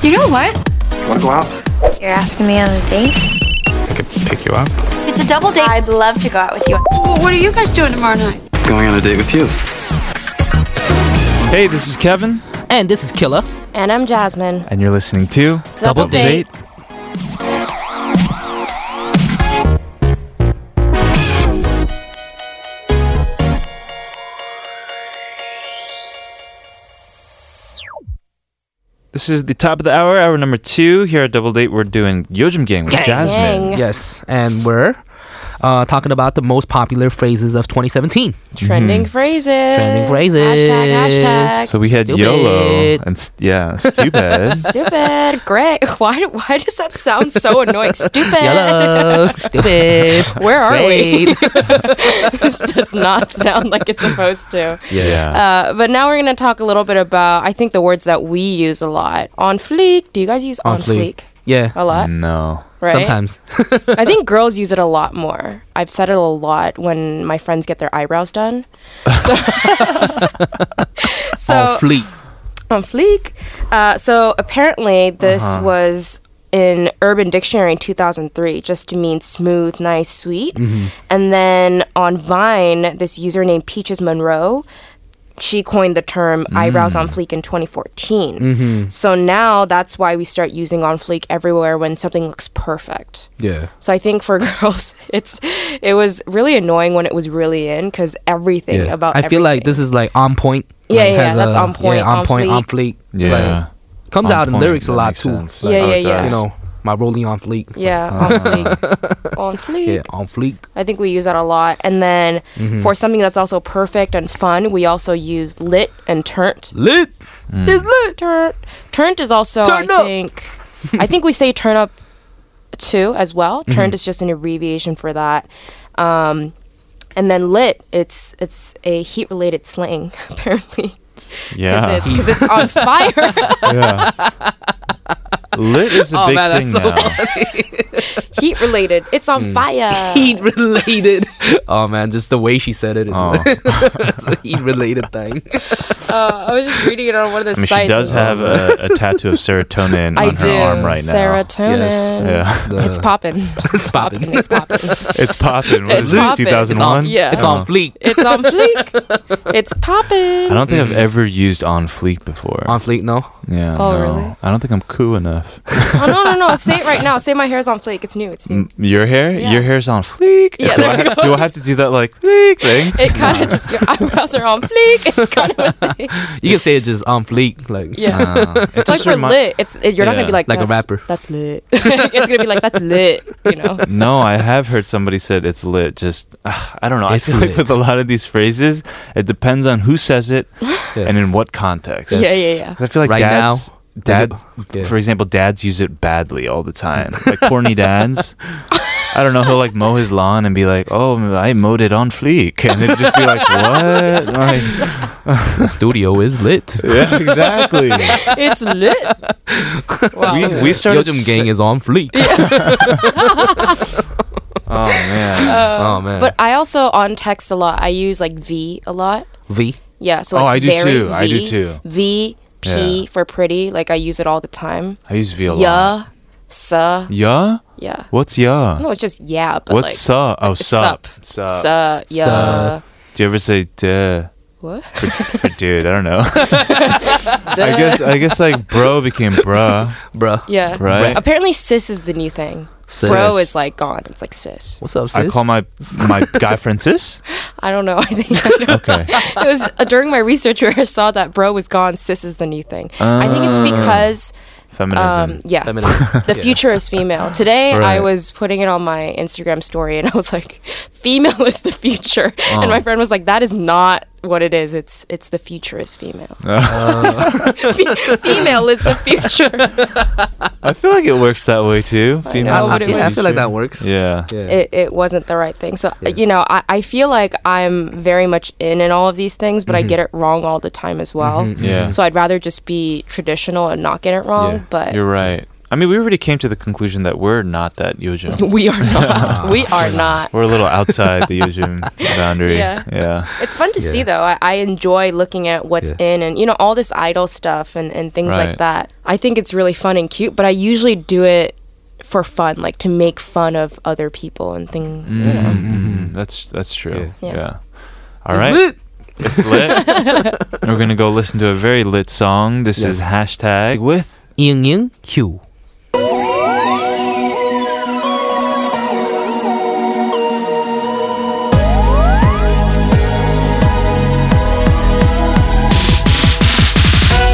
G: You know what?
H: Want to go out?
G: You're asking me on a date?
H: I could pick you up.
G: It's a double date. I'd love to go out with you. what are you guys doing tomorrow night?
H: Going on a date with you.
C: Hey, this is Kevin,
B: And this is Killer.
F: And I'm Jasmine.
C: and you're listening to
B: Double
F: date.
C: This is the top of the hour, hour number two. Here at Double Date, we're doing Yojim Gang with Jasmine.
F: Gang.
B: Yes, and we're uh, talking about the most popular phrases of 2017.
F: Trending phrases.
B: Hmm. Trending phrases.
F: Hashtag, hashtag.
C: So we had
B: Stupid.
C: YOLO and st- yeah, stupid.
F: Stupid. Great. Why, do- why does that sound so annoying? Stupid.
B: Yellow, stupid.
F: Where are we?
B: Great.
F: this does not sound like it's supposed to.
C: yeah.
F: Uh, but now we're going to talk a little bit about, I think, the words that we use a lot. On fleek. Do you guys use on,
B: On
F: fleek.
B: fleek. yeah,
F: a lot?
C: No.
F: Right?
B: sometimes.
F: I think girls use it a lot more. I've said it a lot when my friends get their eyebrows done. So, so
B: On fleek.
F: on fleek. Uh, so apparently, this
B: Uh-huh.
F: was in Urban Dictionary in 2003, just to mean smooth, nice, sweet.
B: Mm-hmm.
F: And then on Vine, this user named Peaches Monroe. She coined the term eyebrows
B: Mm.
F: on fleek in 2014.
B: Mm-hmm.
F: So now that's why we start using on fleek everywhere when something looks perfect.
B: Yeah.
F: So I think for girls, it's it was really annoying when it was really in because everything
B: yeah.
F: about
B: I feel like this is like on point.
F: Yeah,
B: like,
F: yeah,
B: has
F: that's on point,
B: yeah, on,
F: on
B: point, on fleek.
F: fleek.
C: Yeah.
B: Like, comes
C: On
B: out in
C: point,
B: lyrics a
C: that
B: lot
C: makes
B: too.
C: sense.
B: Like,
F: Yeah,
C: Oh, it
F: yeah, yeah.
B: You
C: does.
B: know, my rolling on fleek.
F: yeah
C: Uh,
F: on fleek on fleek.
B: Yeah, on fleek.
F: I think we use that a lot. And then
C: Mm-hmm.
F: for something that's also perfect and fun, we also use lit and turnt.
B: Lit.
C: Mm.
B: It's lit.
F: Turnt, turnt is also
B: Turn
F: I
B: up.
F: think I think we say turn up too as well.
C: Mm-hmm.
F: Turnt is just an abbreviation for that. Um, and then lit, it's it's a heat related slang apparently.
C: Yeah.
F: because it's, 'cause it's on fire.
C: yeah. Lit is a
B: Oh,
C: big
B: man, that's
C: thing
B: so
C: now.
F: heat related. It's
C: Mm.
F: on fire.
B: Heat related. oh man, just the way she said it. Is
C: Oh.
B: it's a heat related thing.
F: Uh, I was just reading it on one of the
C: I mean,
F: sites.
C: she does have a, a tattoo of serotonin
F: I
C: on her
F: do.
C: arm right now.
F: Serotonin.
C: Yeah.
B: The-
F: It's poppin'.
B: It's popping.
F: It's poppin'.
C: It's popping.
F: It's poppin'.
B: It's on,
C: 2001?
F: yeah.
B: it's on
C: Oh.
B: fleek.
F: It's on fleek. It's poppin'. Mm-hmm.
C: I don't think I've ever used on fleek before.
B: On fleek, no.
C: yeah.
F: Oh,
C: no.
F: really?
C: I don't think I'm cool enough.
F: Oh no no no! Say it right now. Say my hair's on flake. It's new. It's new.
C: M- Your hair,
F: Yeah.
C: your hair's on fleek.
F: Yeah,
C: do,
F: there
C: I
F: we
C: have,
F: go.
C: do I have to do that like fleek thing?
F: It kind of just your eyebrows are on fleek. It's kind of a thing.
B: You can say it just on fleek, like
F: Yeah.
C: Uh, it
F: like
C: just
F: we're
C: remi-
F: lit. It's it, you're not gonna
C: Yeah.
F: be like
B: Like a
F: "That's-
B: rapper."
F: That's lit. it's gonna be like that's lit. You know.
C: No, I have heard somebody said it's lit. Just ah, I don't know.
B: It's
C: I feel
B: lit.
C: like with a lot of these phrases, it depends on who says it
B: Yes.
C: and in what context.
F: Yeah yeah yeah.
C: 'Cause I feel like
B: Right now,
C: dads, dads,
B: Yeah.
C: for example, dads use it badly all the time. Like corny dads. I don't know. He'll like mow his lawn and be like, "Oh, I mowed it on fleek," and it'd just be like, "What?" Like,
B: the studio is lit.
C: yeah, exactly.
F: It's lit. Wow.
C: We we started.
B: 요즘
C: s-
B: gang is on fleek.
C: Oh man.
B: oh man.
F: But I also on text a lot. I use like V a lot.
B: v.
F: Yeah. So
C: Oh,
F: like
C: I do
F: very
C: too.
F: V,
C: I do too.
F: V P
C: Yeah.
F: for pretty. Like I use it all the time.
C: I use viola.
F: Yeah. Suh.
C: Yeah.
F: Yeah.
C: What's yeah?
F: No, it's just yeah. But
C: What's
F: like,
C: sup? Oh,
F: it's
C: sup.
F: sup.
C: Sup.
F: Suh. Yeah.
C: Do you ever say duh
F: What?
C: for, for dude? I don't know. I guess I guess like bro became bruh,
B: Bruh.
F: Yeah.
C: right?
F: Apparently, cis is the new thing.
B: Sis.
F: Bro is like gone. It's like cis.
B: What's up, sis?
C: I call my my guy Francis.
F: I don't know. I think I don't
C: Okay.
F: it was uh, during my research where I saw that bro was gone. Cis is the new thing. I think it's
C: Ah.
F: because
C: Feminism.
F: um, yeah,
B: Feminism.
F: the future is female. Today I
C: Right.
F: was putting it on my Instagram story and I was like, "Female is the future," and my friend was like, "That is not what it is. It's it's the future is female.
B: Uh.
F: Fe- female is the future."
C: I feel like it works that way too.
B: I,
F: know, but it
B: yeah, I
F: was-
B: feel like that works.
C: Yeah.
B: Yeah.
F: It, it wasn't the right thing. So
B: Yeah.
F: you know, I, I feel like I'm very much in in all of these things, but I get it wrong all the time as well.
B: Mm-hmm,
C: Yeah.
F: So I'd rather just be traditional and not get it
B: Yeah,
F: wrong. But
C: You're right. I mean, we already came to the conclusion that we're not that Yojim.
F: we are not. we are not.
C: We're a little outside the Yojim boundary.
F: Yeah.
C: yeah.
F: It's fun to see
B: Yeah.
F: though. I, I enjoy looking at what's
B: Yeah.
F: in and you know all this idol stuff and and things like
C: Right.
F: that. I think it's really fun and cute. But I usually do it for fun, like to make fun of other people and things. You know.
C: Mm, That's that's true.
F: Yeah.
C: Yeah.
F: Yeah.
C: All right. It's lit. We're gonna go listen to a very lit song. This is
B: Yes.
C: hashtag with
B: 이응이응 휴.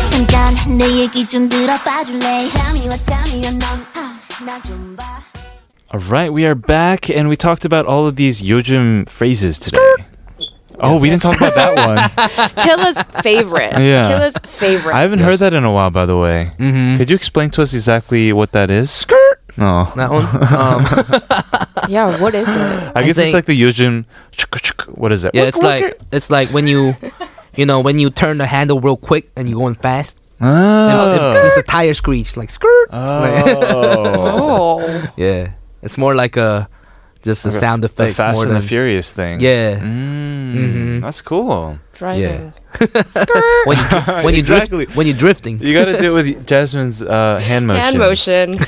E: 잠깐 내 얘기 좀 들어봐 줄래 잠이 와 잠이 와넌나좀봐
C: All right, we are back, and we talked about all of these Yojim phrases today. Oh, we didn't talk about that one.
F: Killa's favorite.
C: Yeah.
F: Killa's favorite.
C: I haven't heard that in a while, by the way.
B: Mm-hmm.
C: Could you explain to us exactly what that is? Skirt. No.
B: That one. Um,
F: yeah. What is it?
C: I guess
B: think-
C: it's like the Yojim. chuk- chuk- What is it?
B: yeah, it's like it's like when you, you know, when you turn the handle real quick and you're going fast. It's,
C: Oh.
B: it's a tire screech, like skirt.
C: Oh.
F: Oh.
B: Yeah, it's more like a just a
C: Like a-
B: sound
C: The
B: effect.
C: Fast
B: more
C: and the
B: than-
C: Furious thing.
B: Yeah.
C: Mm,
B: Mhm.
C: That's cool.
F: Driving. Skirt.
B: When you dri- when you
C: Exactly.
B: drift, when you're drifting.
C: You got to do it with Jasmine's uh, hand motion.
F: hand motion.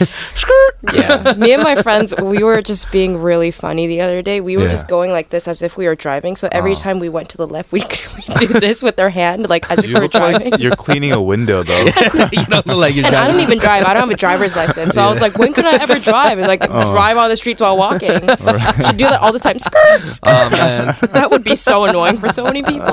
F: Yeah. Me and my friends, we were just being really funny the other day. We were
C: Yeah.
F: just going like this as if we were driving. So every
C: Oh.
F: time we went to the left, we we do this with our hand, like as
C: You
F: if we were
C: look like
F: driving.
C: you're cleaning a window, though.
B: you don't look like you're
F: and I
B: driving.
F: don't even drive. I don't have a driver's license. So I was like, when could I ever drive? And like
B: Oh.
F: drive on the streets while walking. Should do that all the time. Skirt, skirt.
B: Oh man.
F: that would be so annoying for so many people.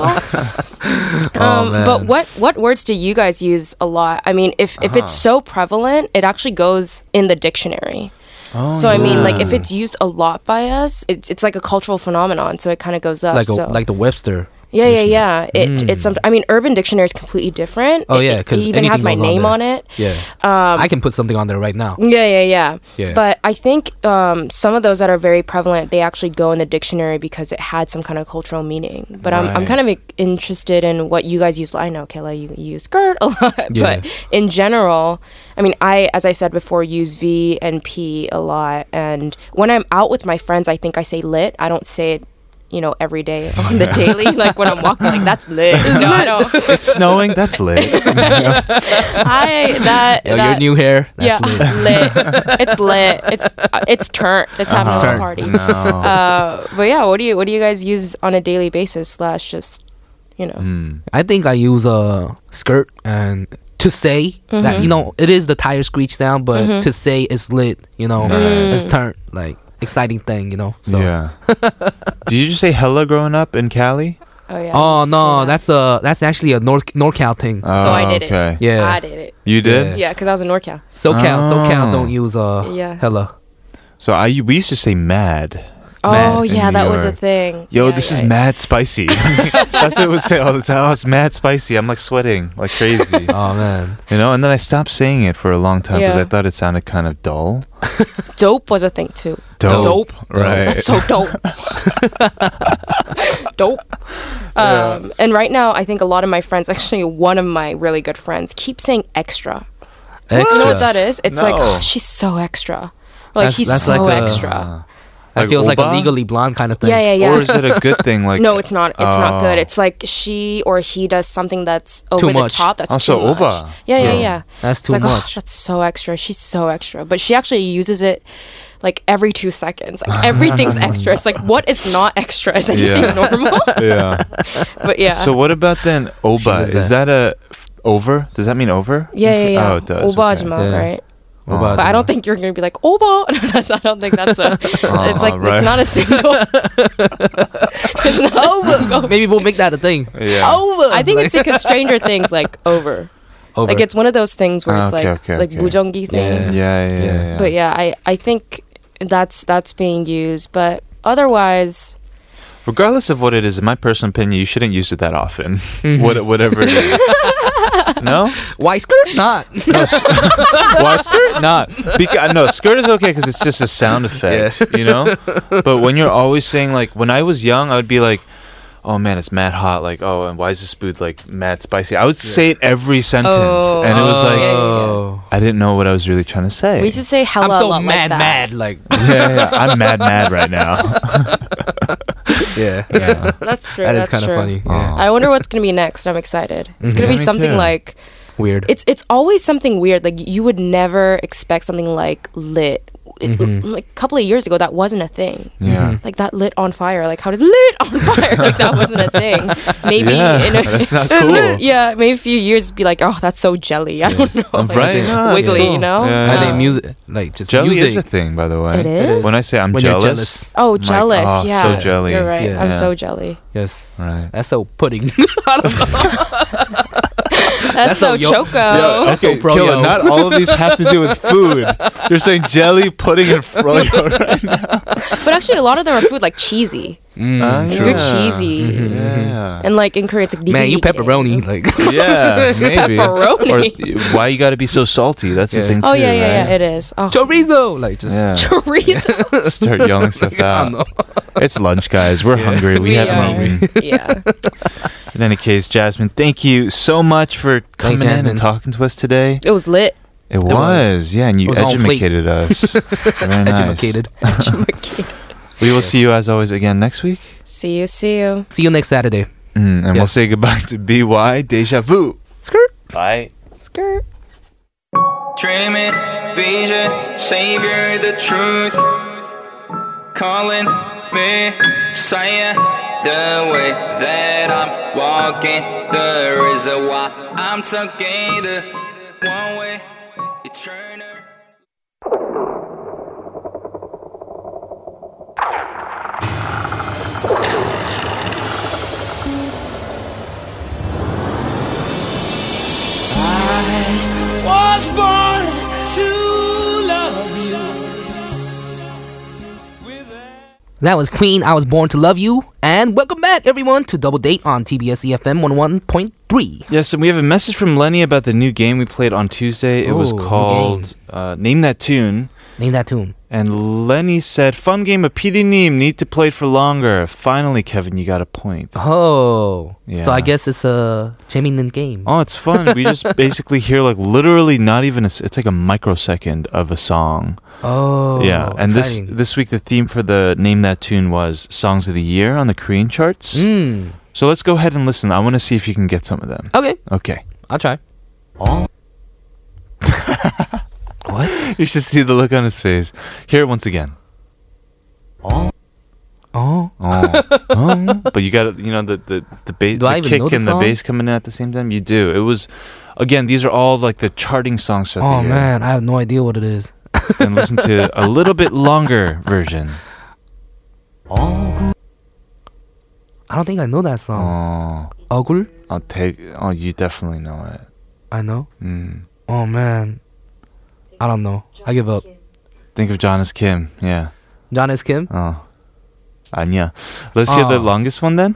F: um, but
B: Oh, man.
F: what what words do you guys use a lot? I mean, if if it's
B: Uh-huh.
F: so prevalent, it actually goes in the dictionary.
B: Oh,
F: so I mean, like if it's used a lot by us, it's it's like a cultural phenomenon. So it kind of goes up.
B: like a,
F: so
B: like the Webster.
F: yeah, yeah, yeah. It it's some. I mean, Urban Dictionary is completely different.
B: Oh yeah,
F: It- it,
B: because
F: even has my name on, it. Um,
B: Yeah. I can put something on there right now.
F: Yeah, yeah, yeah.
B: Yeah.
F: But I think um, some of those that are very prevalent, they actually go in the dictionary because it had some kind of cultural meaning. But I'm,
C: Right.
F: I'm kind of i- interested in what you guys use. I know, Kayla, you, you use skirt a lot.
B: Yeah.
F: But in general, I mean, I, as I said before, use V and P a lot. And when I'm out with my friends, I think I say lit. I don't say it. You know, every day on the daily, like when I'm walking, like that's lit. No, I don't.
C: it's snowing. That's lit.
F: I that,
B: Yo, your
F: that
B: new hair. That's
F: yeah,
B: lit.
F: lit. It's lit. It's uh, it's turnt. It's having
B: Uh-huh.
F: a party.
C: No.
F: Uh, but yeah, what do you what do you guys use on a daily basis slash just you know?
C: Mm.
B: I think I use a skirt and to say
F: Mm-hmm.
B: that you know it is the tire screech sound, but to say it's lit, you know, it's turn like exciting thing, you know. So.
C: Yeah. Did you just say hella growing up in Cali?
F: Oh yeah.
B: Oh
F: let's just
B: no,
F: say that.
B: that's a that's actually a North NorCal thing.
C: Oh,
F: I did it.
C: Okay.
B: yeah,
F: I did it.
C: You did?
F: Yeah, because I was in NorCal.
B: SoCal, SoCal
C: Oh.
B: don't use uh
F: Yeah.
B: hella.
C: So I we used to say mad.
F: Oh
C: in
F: yeah,
C: New
F: that was a
C: York.
F: thing.
C: Yo,
F: Yeah,
C: this is
F: yeah, yeah.
C: mad spicy. That's what I would say all the time. Oh, it's mad spicy. I'm like sweating like crazy.
B: Oh man,
C: you know, and then I stopped saying it for a long time because
F: Yeah.
C: I thought it sounded kind of dull.
F: Dope was a thing too.
C: Dope. Right.
F: That's so dope. dope. Um, And right now, I think a lot of my friends, actually one of my really good friends, keep saying extra. You know what
B: Extra.
F: that is? It's like
C: No.
F: "Oh, she's so extra. Or, Like
B: That's-
F: he's
B: that's
F: so
B: like a-
F: extra.
B: That
C: Like
B: feels like a
C: Oba?
B: legally blonde kind of thing.
F: Yeah, yeah, yeah.
C: Uh, Or is it a good thing? Like
F: no, it's not. It's not good.
C: Oh.
F: It's like she or he does something that's over
B: much.
F: the top. That's
C: Also
F: too much.
C: oba.
F: Yeah, yeah,
C: Yeah.
F: yeah.
B: That's
F: It's
B: too
F: like,
B: much.
F: Oh, that's so extra. She's so extra, but she actually uses it like every two seconds. Like everything's extra. It's like what is not extra? Is anything
C: Yeah.
F: normal?
C: Oh. yeah.
F: but yeah.
C: So what about then oba?
B: She was
C: Is that a f- over? Does that mean over?
F: yeah, yeah, yeah.
C: Oh, it does.
F: Oba
C: okay.
F: ajima,
B: Yeah.
F: right?
B: Oba
C: Oh.
B: is
F: But I
B: a-
F: don't think you're gonna be like oba. No, that's, I don't think that's a. it's like
C: Oh, right.
F: it's not a single. it's not a single.
B: Maybe we'll make that a thing.
C: Yeah.
F: I think it's because Stranger Things like over.
B: Over.
F: Like it's one of those things where
C: Ah,
F: it's
C: okay,
F: like
C: okay,
F: like
C: okay.
F: bujongi thing.
B: Yeah.
C: Yeah, yeah, yeah.
B: Yeah.
C: yeah.
F: But yeah, I I think that's that's being used, but otherwise,
C: Regardless of what it is, in my personal opinion, you shouldn't use it that often.
F: Mm-hmm.
C: what, whatever it is. no?
B: Why skirt not?
C: No, s- why skirt? Not because no skirt is okay because it's just a sound effect, you know. But when you're always saying like, when I was young, I would be like, "Oh man, it's mad hot!" Like, "Oh, and why is this food like mad spicy?" I would say it every sentence,
F: Oh.
C: and it was like
F: yeah, yeah.
B: Oh.
C: I didn't know what I was really trying to say.
F: we used to say
B: I'm
F: hella a
B: so
F: lot
B: mad,
F: like that.
B: mad. Like,
C: yeah, yeah, I'm mad, mad right now.
B: yeah,
C: Yeah.
F: That's true.
B: that is
F: that's
B: kind of
F: true.
B: funny. Yeah.
F: I wonder what's gonna be next. I'm excited. It's gonna
C: Mhm.
F: be
C: Me
F: something
C: too.
F: like
B: Weird.
F: it's it's always something weird. Like you would never expect something like lit. It-
C: Mm-hmm.
F: Like a couple of years ago, that wasn't a thing.
C: Yeah.
F: Like that lit on fire. Like how did lit on fire? Like that wasn't a thing. Maybe
C: Yeah,
F: in a,
C: that's not cool.
F: yeah, maybe a few years be like, oh, that's so jelly. I don't know.
C: I'm
F: Like,
C: right. No, it's
F: wiggly,
C: cool.
F: you know?
C: Yeah,
B: I
C: yeah.
B: think music, like just
C: Jelly
B: music.
C: is a thing, by the way.
F: It is?
C: When I say I'm
B: When you're
C: jealous,
B: jealous.
F: Oh,
C: I'm like,
F: jealous.
C: oh,
F: yeah.
C: so jelly.
F: You're right.
B: Yeah.
F: I'm
C: Yeah.
F: so jelly.
B: yes,
C: Right.
B: that's so pudding.
F: That's, so
B: so yo-
F: choco.
C: Yo,
B: That's
C: Oh. okay,
B: so pro,
C: Killa,
B: yo.
C: not all of these have to do with food. You're saying jelly, pudding, and froyo, right?
F: But actually, a lot of them are food like cheesy.
B: Mm,
C: Ah, yeah. Mm-hmm,
F: They're cheesy.
C: Yeah.
F: And like in Korea, it's like
B: Man, you
F: digi-digi.
B: pepperoni. Like,
C: Yeah, maybe.
F: Pepperoni.
C: Or th- why you gotta be so salty? That's the
B: Yeah.
C: thing, too.
F: Oh yeah, yeah, yeah.
C: right?
F: It is. Oh,
B: chorizo. Like, just
C: Yeah. Ah,
F: chorizo.
C: Start yelling stuff
B: I don't know.
C: out. It's lunch, guys. We're hungry. We,
F: We
C: haven't
F: are.
C: eaten.
F: yeah.
C: In any case, Jasmine, thank you so much for coming in
B: Jasmine.
C: and talking to us today.
F: It was lit.
C: It,
B: was.
C: was. yeah, and you
B: It was on fleek.
C: edumacated us. Very nice.
B: educated.
C: We will see you as always again next week.
F: See you. See you.
B: See you next Saturday.
C: Mm, and we'll
B: Yes.
C: say goodbye to BY Deja Vu.
B: Skirt.
C: Bye.
F: Skirt.
I: Dream it, vision, savior, the truth. Calling me, saying the way that I'm walking. The reason why I'm so gay, the one way, eternal.
D: was born to love you. With a-
B: That was Queen. I was born to love you. And welcome back, everyone, to Double Date on TBS EFM 101.3.
C: Yes, and we have a message from Lenny about the new game we played on Tuesday. It was
B: Ooh, new
C: called uh, Name That Tune.
B: Name that tune.
C: And Lenny said, Fun game of PD Neem, E need to play for longer. Finally, Kevin, you got a point.
B: Oh,
C: Yeah.
B: so I guess it's a 재밌는 game.
C: Oh, it's fun. we just basically hear, like, literally not even a, s- it's like a microsecond of a song.
B: Oh,
C: yeah. And
B: exciting.
C: this this week, the theme for the Name That Tune was Songs of the Year on the Korean charts.
B: Mm.
C: So let's go ahead and listen. I want to see if you can get some of them.
B: Okay,
C: Okay.
B: I'll try. Oh. what?
C: You should see the look on his face. Hear it once again.
B: Oh,
C: Oh. oh. But you got to you know the the the, ba-
B: Do I
C: the
B: even know
C: kick
B: the
C: and the
B: song?
C: bass coming in at the same time. You do. It was Again, these are all like the charting songs throughout
B: Oh
C: the year.
B: man, I have no idea what it is.
C: And listen to a little bit longer version.
B: I don't think I know that song.
C: Oh,
B: Ogul?
C: I'll take. Oh, you definitely know it.
B: I know.
C: Mm.
B: Oh man, I don't know. I give up.
C: Think of John as Kim. Yeah.
B: John S. Kim?
C: Oh. 아니야. Let's hear the
B: Oh.
C: longest one then.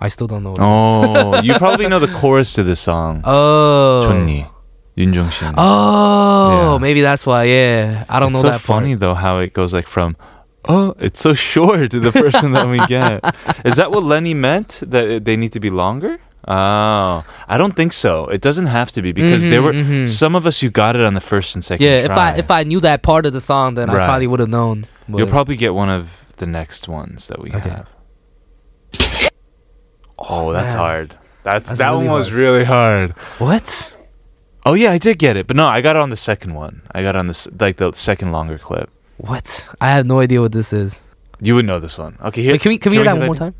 B: I still don't know.
C: Oh, you probably know the chorus to this song.
B: Oh.
C: 좋니. 윤종신.
B: Oh,
C: Yeah.
B: maybe that's why. Yeah, I don't
C: it's
B: know
C: so
B: that
C: funny
B: part.
C: though how it goes like from oh it's so short the first one that we get is that what lenny meant that it- they need to be longer oh i don't think so it doesn't have to be because there
B: Mhm, mhm.
C: were some of us who got it on the first and second
B: Yeah, if
C: try.
B: I if I knew that part of the song, then I
C: Right.
B: probably would have known.
C: you'll
B: but-
C: probably get one of the next ones that we
B: Okay.
C: have oh that's
B: man.
C: hard that's,
B: That's
C: that
B: really
C: one was
B: hard.
C: really hard
B: what?
C: oh yeah i did get it but no i got it on the second one i got it on this like the second longer clip
B: What? I have no idea what this is.
C: you would know this one okay
B: Wait,
C: here
B: can we can we hear that one more time?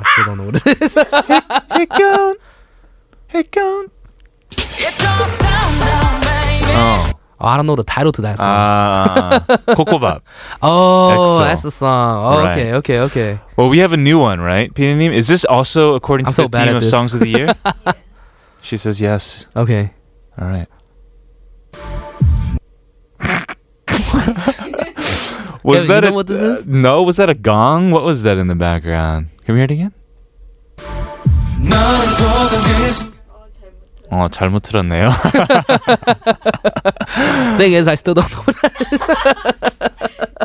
B: I still don't know what it is.
C: Hey, gone. Hey, gone. Oh.
B: Oh, I don't know the title to that song.
C: Ah. Kokobab.
B: oh,
C: EXO.
B: that's the song. Oh,
C: Right.
B: Okay, okay, okay.
C: Well, we have a new one, right? Pinanim, is this also
B: I'm
C: according
B: so
C: to the
B: bad at
C: theme of
B: this.
C: songs of the year? she says yes.
B: Okay.
C: All right.
B: Kevin,
C: was that
B: you
C: a,
B: know what this is?
C: uh, no? Was that a gong? What was that in the background? Can we hear it again? 어 잘못 들었네요.
B: Thing is, I still don't know. What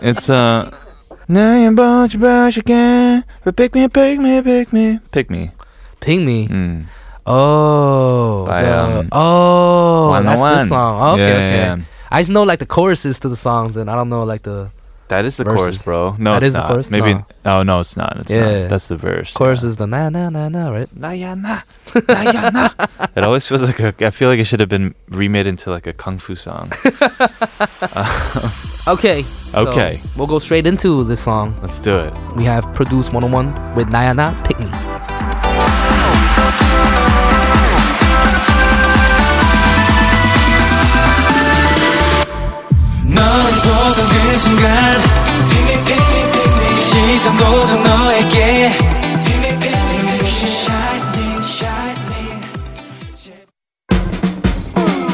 C: It's uh Now you about your brush again But pick me, pick me, pick me Pick me
B: Ping me.
C: mm.
B: Oh.
C: By,
B: the-
C: um,
B: oh, that's the
C: 101.
B: song. Okay,
C: Yeah,
B: okay.
C: yeah, yeah.
B: I just know like the choruses to the songs, and I don't know like the
C: That is the chorus
B: Verses.
C: bro No
B: That
C: it's
B: is the
C: not
B: chorus?
C: Maybe
B: No.
C: Oh no it's not It's
B: Yeah.
C: not That's the verse
B: choruses. The na na na na, right?
C: Nayana Nayana It always feels like a, I feel like it should have been remade into like a kung fu song
B: Okay. so
C: Okay.
B: we'll go straight into this song.
C: Let's do it
B: We have Produce 101 with Nayana Pick Me.
D: 너를 보던 그 순간 시선 고정 너에게 눈부신 shining shining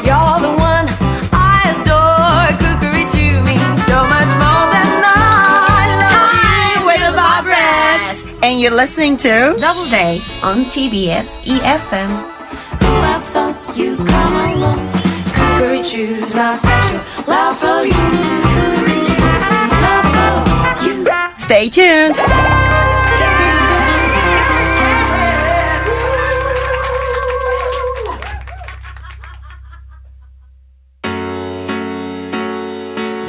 G: You're the one I adore. Cookery to me means so much more than I love you with a vibrance.
J: And you're listening to Double Day.
E: on TBS
F: E
E: EFM.
G: Who I thought you come along. Cookery choose my special love for you. Cookery choose love for you.
J: Stay tuned.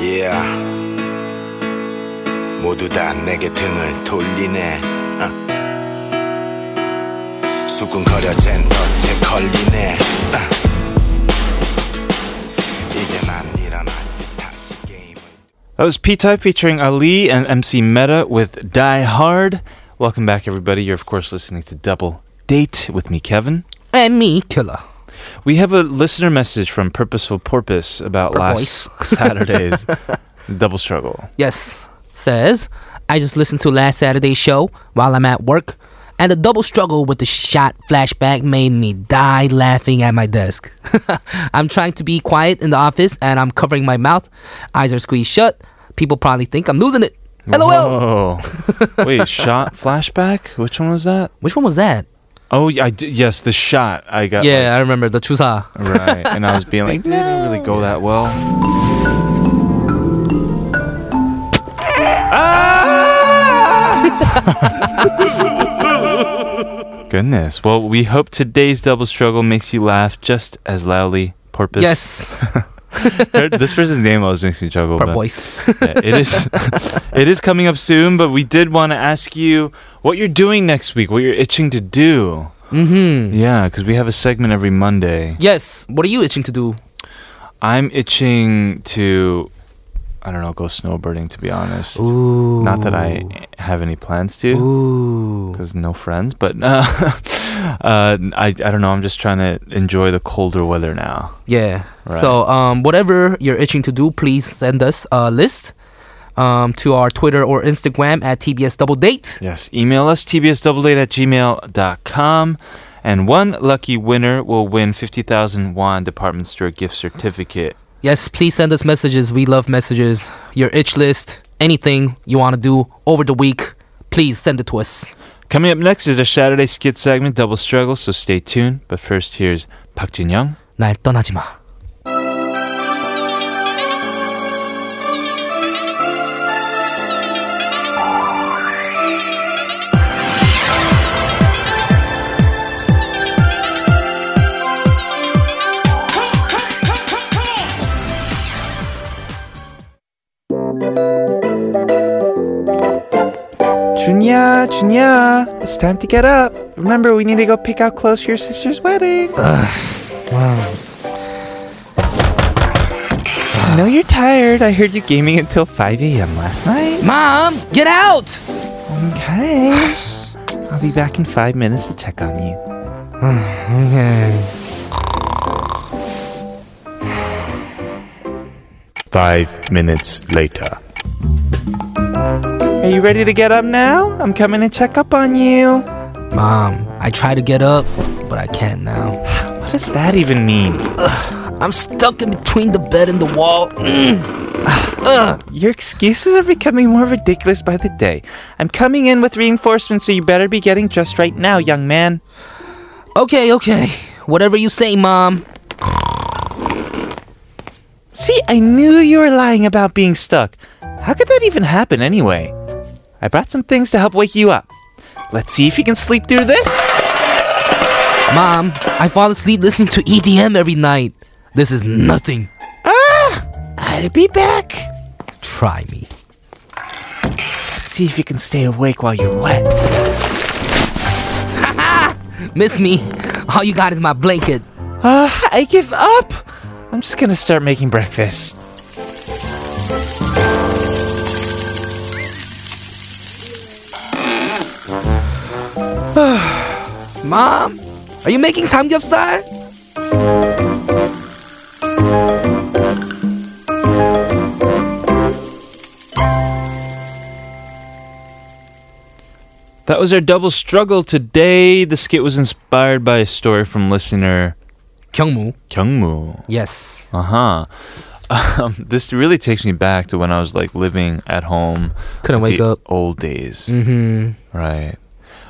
I: Yeah. 모두 다 내게 등을 돌리네. 아. 수군거려 잰 덫에 걸리네. 아. 이제 난 일어난 짓 다시 게임을.
C: That was P-Type featuring Ali and MC Meta with Die Hard Welcome back everybody You're of course listening to Double Date with me Kevin
B: And me, killer.
C: We have a listener message from Purposeful Porpoise about
B: Porpoise.
C: last Saturday's double struggle.
B: Yes. Says, I just listened to last Saturday's show while I'm at work, and the double struggle with the shot flashback made me die laughing at my desk. I'm trying to be quiet in the office and I'm covering my mouth. Eyes are squeezed shut. People probably think I'm losing it. LOL.
C: Whoa. Wait, shot flashback? Which one was that?
B: Which one was that?
C: Oh, yeah, I did, yes, the shot. I got
B: Yeah, I remember the Chusa.
C: like- right. And I was being like, didn't really go that well. Ah! Goodness. Well, we hope today's double struggle makes you laugh just as loudly. Porpoise.
B: Yes,
C: Her- this person's name always makes me juggle.
B: her voice.
C: Yeah, it is. it is coming up soon, but we did want to ask you what you're doing next week, what you're itching to do.
B: mm-hmm.
C: Yeah, because we have a segment every Monday.
B: Yes. What are you itching to do?
C: I'm itching to I don't know, go snowboarding to be honest.
B: Ooh.
C: Not that I have any plans to, because no friends. But uh, uh, I I don't know. I'm just trying to enjoy the colder weather now.
B: Yeah.
C: Right.
B: So um, whatever you're itching to do, please send us a list um, to our Twitter or Instagram at TBS Double Date.
C: Yes, email us tbsdoubledate at gmail.com. And one lucky winner will win 50,000 won department store gift certificate.
B: Yes, please send us messages. We love messages. Your itch list, anything you want to do over the week, please send it to us.
C: Coming up next is our Saturday skit segment, Double Struggle, so stay tuned. But first, here's Park Jin Young.
B: 날 떠나지 마.
K: Junya, Junya, it's time to get up. Remember, we need to go pick out clothes for your sister's wedding.
B: wow.
K: I know you're tired. I heard you gaming until 5 a.m. last night.
B: Mom, get out!
K: Okay. I'll be back in five minutes to check on you.
B: okay.
L: Five minutes later.
K: Are you ready to get up now? I'm coming to check up on you.
B: Mom, I try to get up, but I can't now.
K: What does that even mean?
B: I'm stuck in between the bed and the wall.
K: Your excuses are becoming more ridiculous by the day. I'm coming in with reinforcements, so you better be getting dressed right now, young man.
B: Okay, okay. Whatever you say, Mom.
K: See, I knew you were lying about being stuck. How could that even happen anyway? I brought some things to help wake you up. Let's see if you can sleep through this.
B: Mom, I fall asleep listening to EDM every night. This is nothing.
K: I'll be back.
B: Try me.
K: Let's see if you can stay awake while you're wet.
B: Miss me. All you got is my blanket.
K: Uh, I give up. I'm just gonna start making breakfast.
B: Mom, are you making samgyeopsal?
C: That was our Double Struggle today. The skit was inspired by a story from listener
B: Kyungmu.
C: Kyungmu.
B: Yes.
C: Uh huh. Um, this really takes me back to when I was like living at home.
B: Couldn't
C: the
B: wake up.
C: Old days.
B: Mhm.
C: Right.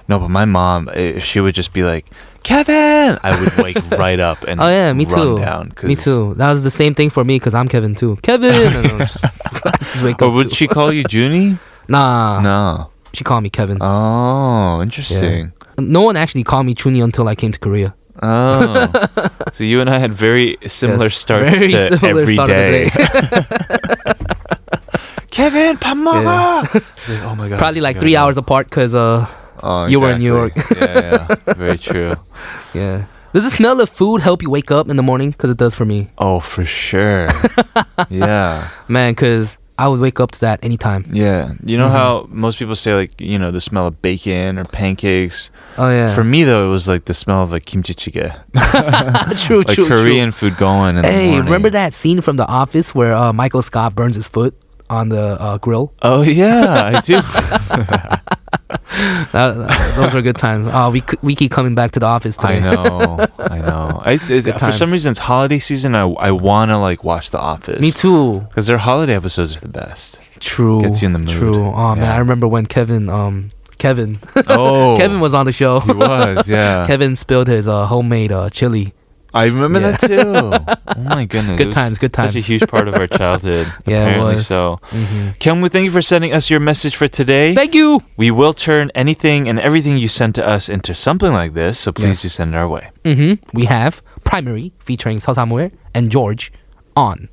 C: No, but my mom, if she would just be like, Kevin, I would wake right up and
B: Oh yeah, me
C: run
B: too.
C: down. 'cause-
B: me too. That was the same thing for me because I'm Kevin too. Kevin. And I was just, I just wake
C: Or
B: up.
C: would she call you Junie?
B: Nah.
C: no.
B: She called me Kevin.
C: Oh, interesting.
B: No one actually called me Chunyi until I came to Korea.
C: Oh. so you and I had very similar
B: Yes,
C: starts
B: very
C: to
B: similar
C: every
B: start of the
C: day.
B: day.
K: Kevin, 밥 먹어.
C: It's like, oh my god.
B: Probably like
C: gotta
B: three
C: go.
B: hours apart because uh,
C: Oh,
B: you were in New
C: exactly. yeah, yeah. Very true.
B: yeah. Does the smell of food help you wake up in the morning? Because it does for me.
C: Oh, for sure. yeah.
B: Man, because I would wake up to that anytime.
C: Yeah. You
B: Mm-hmm.
C: know how most people say like, you know, the smell of bacon or pancakes.
B: Oh, yeah.
C: For me though, it was like the smell of like kimchi jjigae.
B: true,
C: like
B: true,
C: Korean food going in
B: true. Hey,
C: the morning.
B: remember that scene from The Office where uh, Michael Scott burns his foot on the uh, grill?
C: Oh yeah, I do.
B: That- that- those were good times. Uh, we, c- we keep coming back to The Office today.
C: I know. I know. I, it,
B: Good
C: for some
B: times.
C: reason, it's holiday season. I, I want to like watch The Office.
B: me too.
C: Because their holiday episodes are the best.
B: True.
C: Gets you in the mood.
B: True. Oh man,
C: Yeah.
B: I remember when Kevin, um, Kevin,
C: Oh.
B: Kevin was on the show.
C: He was, yeah.
B: Kevin spilled his uh, homemade uh, chili.
C: I remember
B: Yeah.
C: that too. Oh my goodness.
B: Good
C: It was
B: times, good
C: Such a
B: times.
C: huge part of our childhood.
B: Yeah, it
C: apparently
B: was.
C: so.
B: Mhm.
C: Kyungwoo, thank you for sending us your message for today.
B: Thank you.
C: we will turn anything and everything you send to us into something like this, so please do send it our way.
B: hmm We have primary featuring Seo Samuel and George on.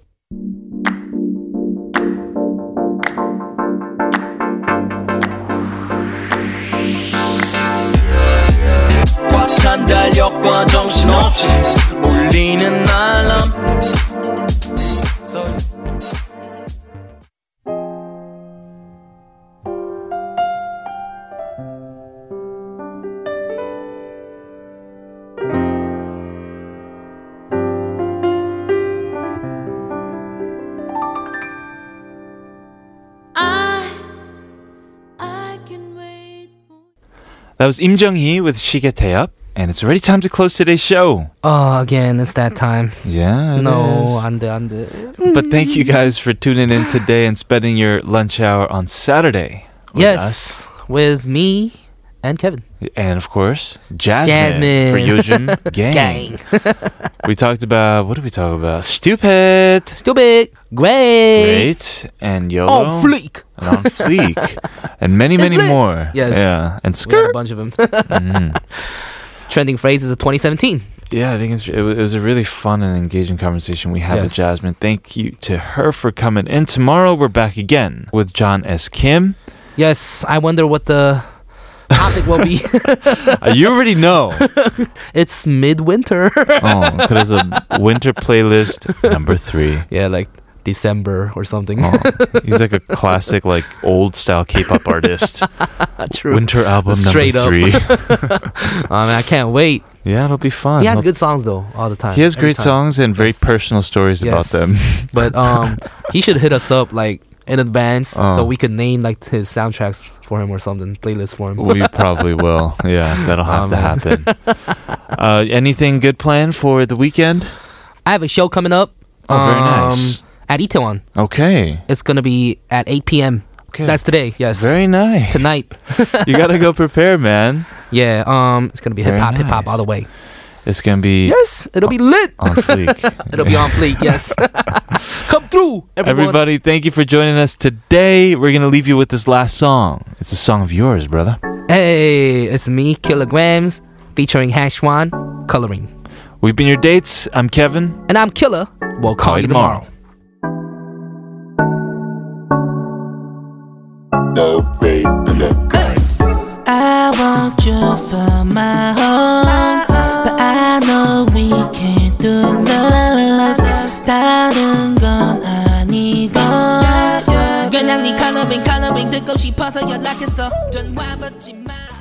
D: 꽉 찬 달력과 정신없이 울리는 알람
C: That was Im Jung Hee with Shigete Up, and it's already time to close today's show.
B: Oh, again, it's that time.
C: Yeah. it
B: No,
C: is.
B: 안 돼, 안 돼.
C: But thank you guys for tuning in today and spending your lunch hour on Saturday. with us.
B: Yes, with me and Kevin.
C: And of course, Jasmine,
B: Jasmine.
C: for Yojin Gang. we talked about what did we talk about? Stupid,
B: stupid, great,
C: great, and YOLO,
B: On Oh, fleek.
C: and on fleek, and many, many more.
B: Yes.
C: yeah, and
B: We had
C: skirt.
B: a bunch of them.
C: Mm.
B: Trending phrases of 2017.
C: Yeah, I think it's, it wa- it was a really fun and engaging conversation we had with
B: Yes.
C: Jasmine. Thank you to her for coming in. Tomorrow we're back again with John S. Kim.
B: Yes, I wonder what the topic will be.
C: Uh, you already know.
B: it's midwinter.
C: Oh, because a winter playlist number three.
B: yeah, like December or something.
C: Oh, he's like a classic, like old style K-pop artist.
B: True.
C: Winter album
B: Straight
C: number three.
B: up. I mean, I can't wait.
C: yeah, it'll be fun.
B: He has
C: He'll-
B: good songs though, all the time.
C: Ah, he has
B: every
C: great
B: time.
C: songs and very personal stories
B: Yes.
C: about them.
B: But um, he should hit us up like in advance
C: Oh.
B: so we could name like his soundtracks for him or something, playlist for him.
C: we probably will. Yeah, that'll
B: Oh,
C: have to
B: man.
C: happen. Uh, anything good planned for the weekend?
B: I have a show coming up. um,
C: Oh, very nice.
B: At Itaewon.
C: Okay.
B: It's gonna be at 8 p.m.
C: Okay.
B: That's today. Yes.
C: Very nice.
B: Tonight.
C: you gotta go prepare, man.
B: Yeah. Um. It's gonna be
C: Very
B: hip hop, hip hop
C: nice.
B: all the way.
C: It's gonna be
B: Yes. It'll be lit.
C: on fleek.
B: It'll be on fleek. Yes. Come through, everyone.
C: Everybody, thank you for joining us today. We're gonna leave you with this last song. It's a song of yours, brother.
B: Hey, it's me, Kilograms, featuring Hashwan, coloring.
C: We've been your dates. I'm Kevin.
B: And I'm Killer. We'll call, you tomorrow.
D: I want you for my home, but I know we can't do love. 다른 건 아니고. 그냥 네 컬러링 컬러링 듣고 싶어서 연락했어. 전화 받지 마.